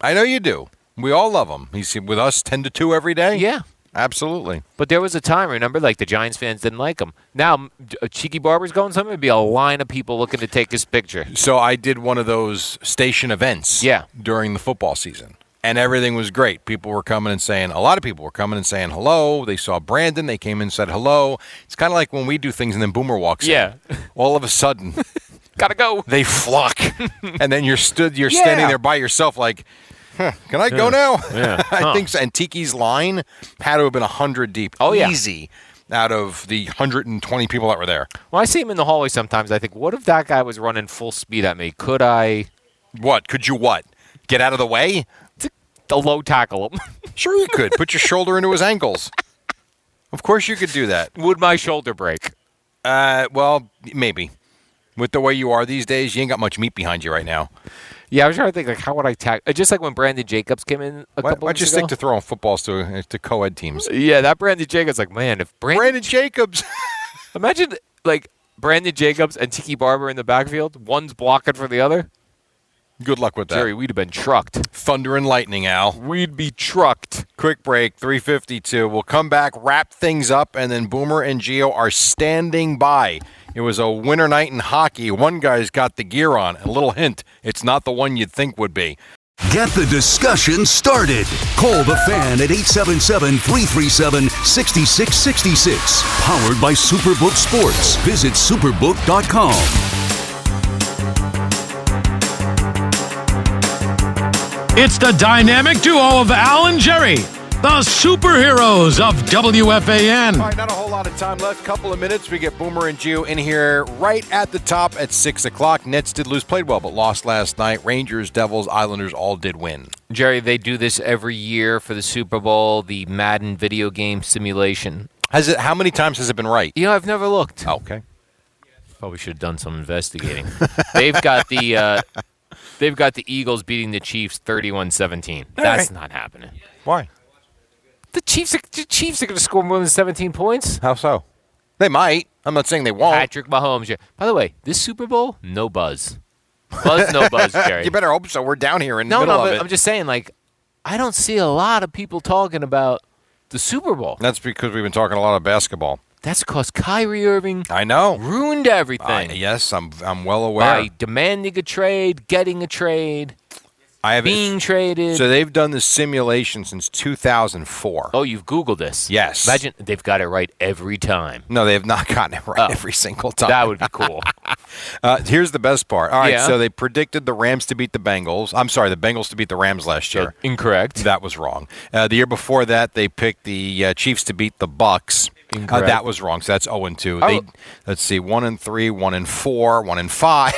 A: I know you do. We all love him. He's with us ten to two every day.
B: Yeah.
A: absolutely.
B: But there was a time, remember, like the Giants fans didn't like him. Now, m- d- uh, Tiki Barber's going somewhere, it'd be a line of people looking to take his picture.
A: So I did one of those station events.
B: Yeah.
A: during the football season. And everything was great. People were coming and saying, a lot of people were coming and saying hello. They saw Brandon. They came and said hello. It's kind of like when we do things and then Boomer walks
B: Yeah.
A: in. All of a sudden,
B: Gotta go.
A: they flock. and then you're stood, you're
B: Yeah.
A: standing there by yourself like, "Huh, can I go now?
B: Yeah.
A: I
B: Huh.
A: think so. And Tiki's line had to have been 100 deep.
B: Oh, yeah.
A: Easy out of the 120 people that were there.
B: When I see him in the hallway sometimes, I think, what if that guy was running full speed at me? Could I
A: What? Could you what? Get out of the way?
B: the low tackle him?
A: Sure, you could. Put your shoulder into his ankles. Of course, you could do that.
B: Would my shoulder break?
A: Uh, well, maybe. With the way you are these days, you ain't got much meat behind you right now.
B: Yeah, I was trying to think, like, how would I tackle? Just like when Brandon Jacobs came in a
A: Why,
B: couple
A: why don't
B: weeks
A: you stick
B: ago.
A: to throwing footballs to uh, to co-ed teams?
B: Yeah, that Brandon Jacobs, like, man, if Brandon,
A: Brandon Jacobs.
B: imagine like Brandon Jacobs and Tiki Barber in the backfield, one's blocking for the other.
A: Good luck with that.
B: Jerry, we'd have been trucked.
A: Thunder and lightning, Al.
B: We'd be trucked.
A: Quick break, 352. We'll come back, wrap things up, and then Boomer and Geo are standing by. It was a winter night in hockey. One guy's got the gear on. A little hint, it's not the one you'd think would be.
I: Get the discussion started. Call the fan at 877 337 6666. Powered by Superbook Sports. Visit superbook.com.
G: It's the dynamic duo of Al and Jerry, the superheroes of WFAN.
A: All right, not a whole lot of time left. Couple of minutes. We get Boomer and Jew in here right at the top at 6 o'clock. Nets did lose, played well, but lost last night. Rangers, Devils, Islanders all did win.
B: Jerry, they do this every year for the Super Bowl, the Madden video game simulation.
A: Has it? How many times has it been right?
B: You know, I've never looked.
A: Okay.
B: Probably should have done some investigating. they've got the uh, they've got the Eagles beating the Chiefs 31-17. That's
A: right.
B: not happening.
A: Why?
B: The Chiefs are, the Chiefs are going to score more than 17 points.
A: How so? They might. I'm not saying they won't.
B: Patrick Mahomes. yeah. By the way, this Super Bowl, no buzz. Buzz no buzz, Jerry.
A: you better hope so. We're down here in
B: no,
A: the middle
B: no,
A: of
B: but
A: it.
B: I'm just saying like I don't see a lot of people talking about the Super Bowl.
A: That's because we've been talking a lot of basketball.
B: That's cause Kyrie Irving
A: I know.
B: ruined everything.
A: I- yes, I'm. I'm well aware.
B: by demanding a trade, getting a trade,
A: I have
B: being traded.
A: So they've done this simulation since 2004.
B: oh, you've Googled this.
A: Yes.
B: Imagine they've got it right every time.
A: No, they have not gotten it right
B: Oh.
A: every single time.
B: That would be cool.
A: Uh, here's the best part. All right,
B: Yeah.
A: so they predicted the Rams to beat the Bengals. I'm sorry, the Bengals to beat the Rams last year.
B: Incorrect.
A: That was wrong. Uh, the year before that, they picked the uh, Chiefs to beat the Bucks. Uh,
B: Incorrect.
A: that was wrong. So that's 0 and 2.
B: Oh.
A: They, let's see, 1 and 3, 1 and 4, 1 and 5.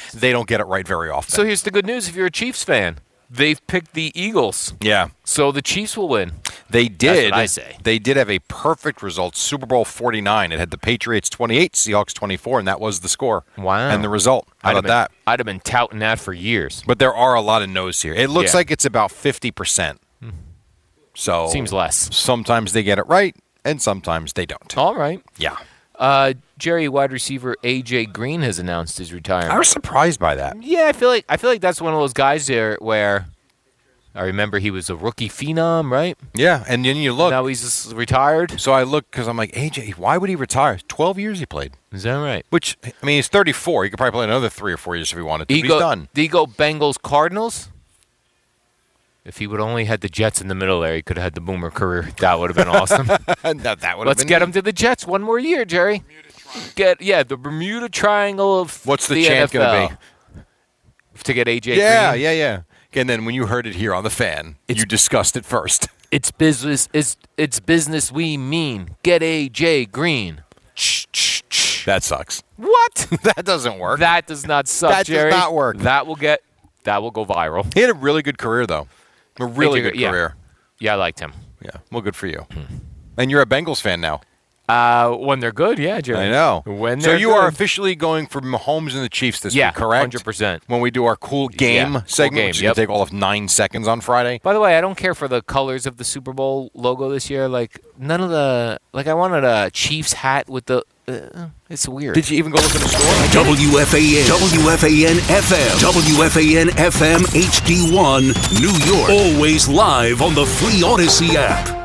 A: they don't get it right very often.
B: so here's the good news if you're a Chiefs fan. They've picked the Eagles.
A: Yeah.
B: So the Chiefs will win.
A: They
B: That's
A: did.
B: what I say.
A: They did have a perfect result, Super Bowl 49. It had the Patriots 28, Seahawks 24, and that was the score.
B: Wow.
A: And the result. How
B: I'd have
A: about
B: been,
A: that?
B: I'd have been touting that for years.
A: But there are a lot of no's here. It looks
B: Yeah.
A: like it's about 50%. So
B: Seems less.
A: Sometimes they get it right, and sometimes they don't.
B: All right.
A: Yeah.
B: Uh, Jerry wide receiver AJ Green has announced his retirement.
A: I was surprised by that.
B: Yeah, I feel like I feel like that's one of those guys there where I remember he was a rookie phenom, right?
A: Yeah, and then you look.
B: Now he's just retired.
A: So I look because I'm like AJ. Why would he retire? Twelve years he played.
B: Is that right?
A: Which I mean, he's 34. He could probably play another three or four years if he wanted to.
B: He
A: but
B: go,
A: he's done.
B: Did he go Bengals Cardinals? If he would only had the Jets in the middle there, he could have had the boomer career. That would have been awesome.
A: that, that would have
B: Let's
A: been
B: get him to the Jets one more year, Jerry. Get yeah, the Bermuda Triangle of
A: What's the,
B: the
A: chant going to
B: NFL. to get AJ.
A: be? Yeah,
B: Green.
A: yeah, yeah. And then when you heard it here on the fan, you discussed it first.
B: It's business. It's it's business. We mean get AJ Green.
A: That sucks.
B: What?
A: that doesn't work.
B: That does not suck,
A: That does
B: Jerry.
A: not work.
B: That will get. That will go viral.
A: He had a really good career though. A really
B: AJ
A: good
B: yeah.
A: career.
B: Yeah, I liked him.
A: Yeah. Well, good for you. and you're a Bengals fan now.
B: Uh, when they're good, yeah, Jerry.
A: I know.
B: When
A: so
B: they're
A: you
B: good.
A: are officially going for Mahomes and the Chiefs this
B: Yeah,
A: week, correct?
B: 100%.
A: When we do our cool game
B: Yeah, cool
A: segment,
B: game,
A: which is
B: yep.
A: gonna take all of nine seconds on Friday.
B: By the way, I don't care for the colors of the Super Bowl logo this year. Like none of the like I wanted a Chiefs hat with the. Uh, it's weird.
A: Did you even go look in the store?
I: WFAN, WFAN FM, WFAN FM HD1, New York. Always live on the Free Odyssey app.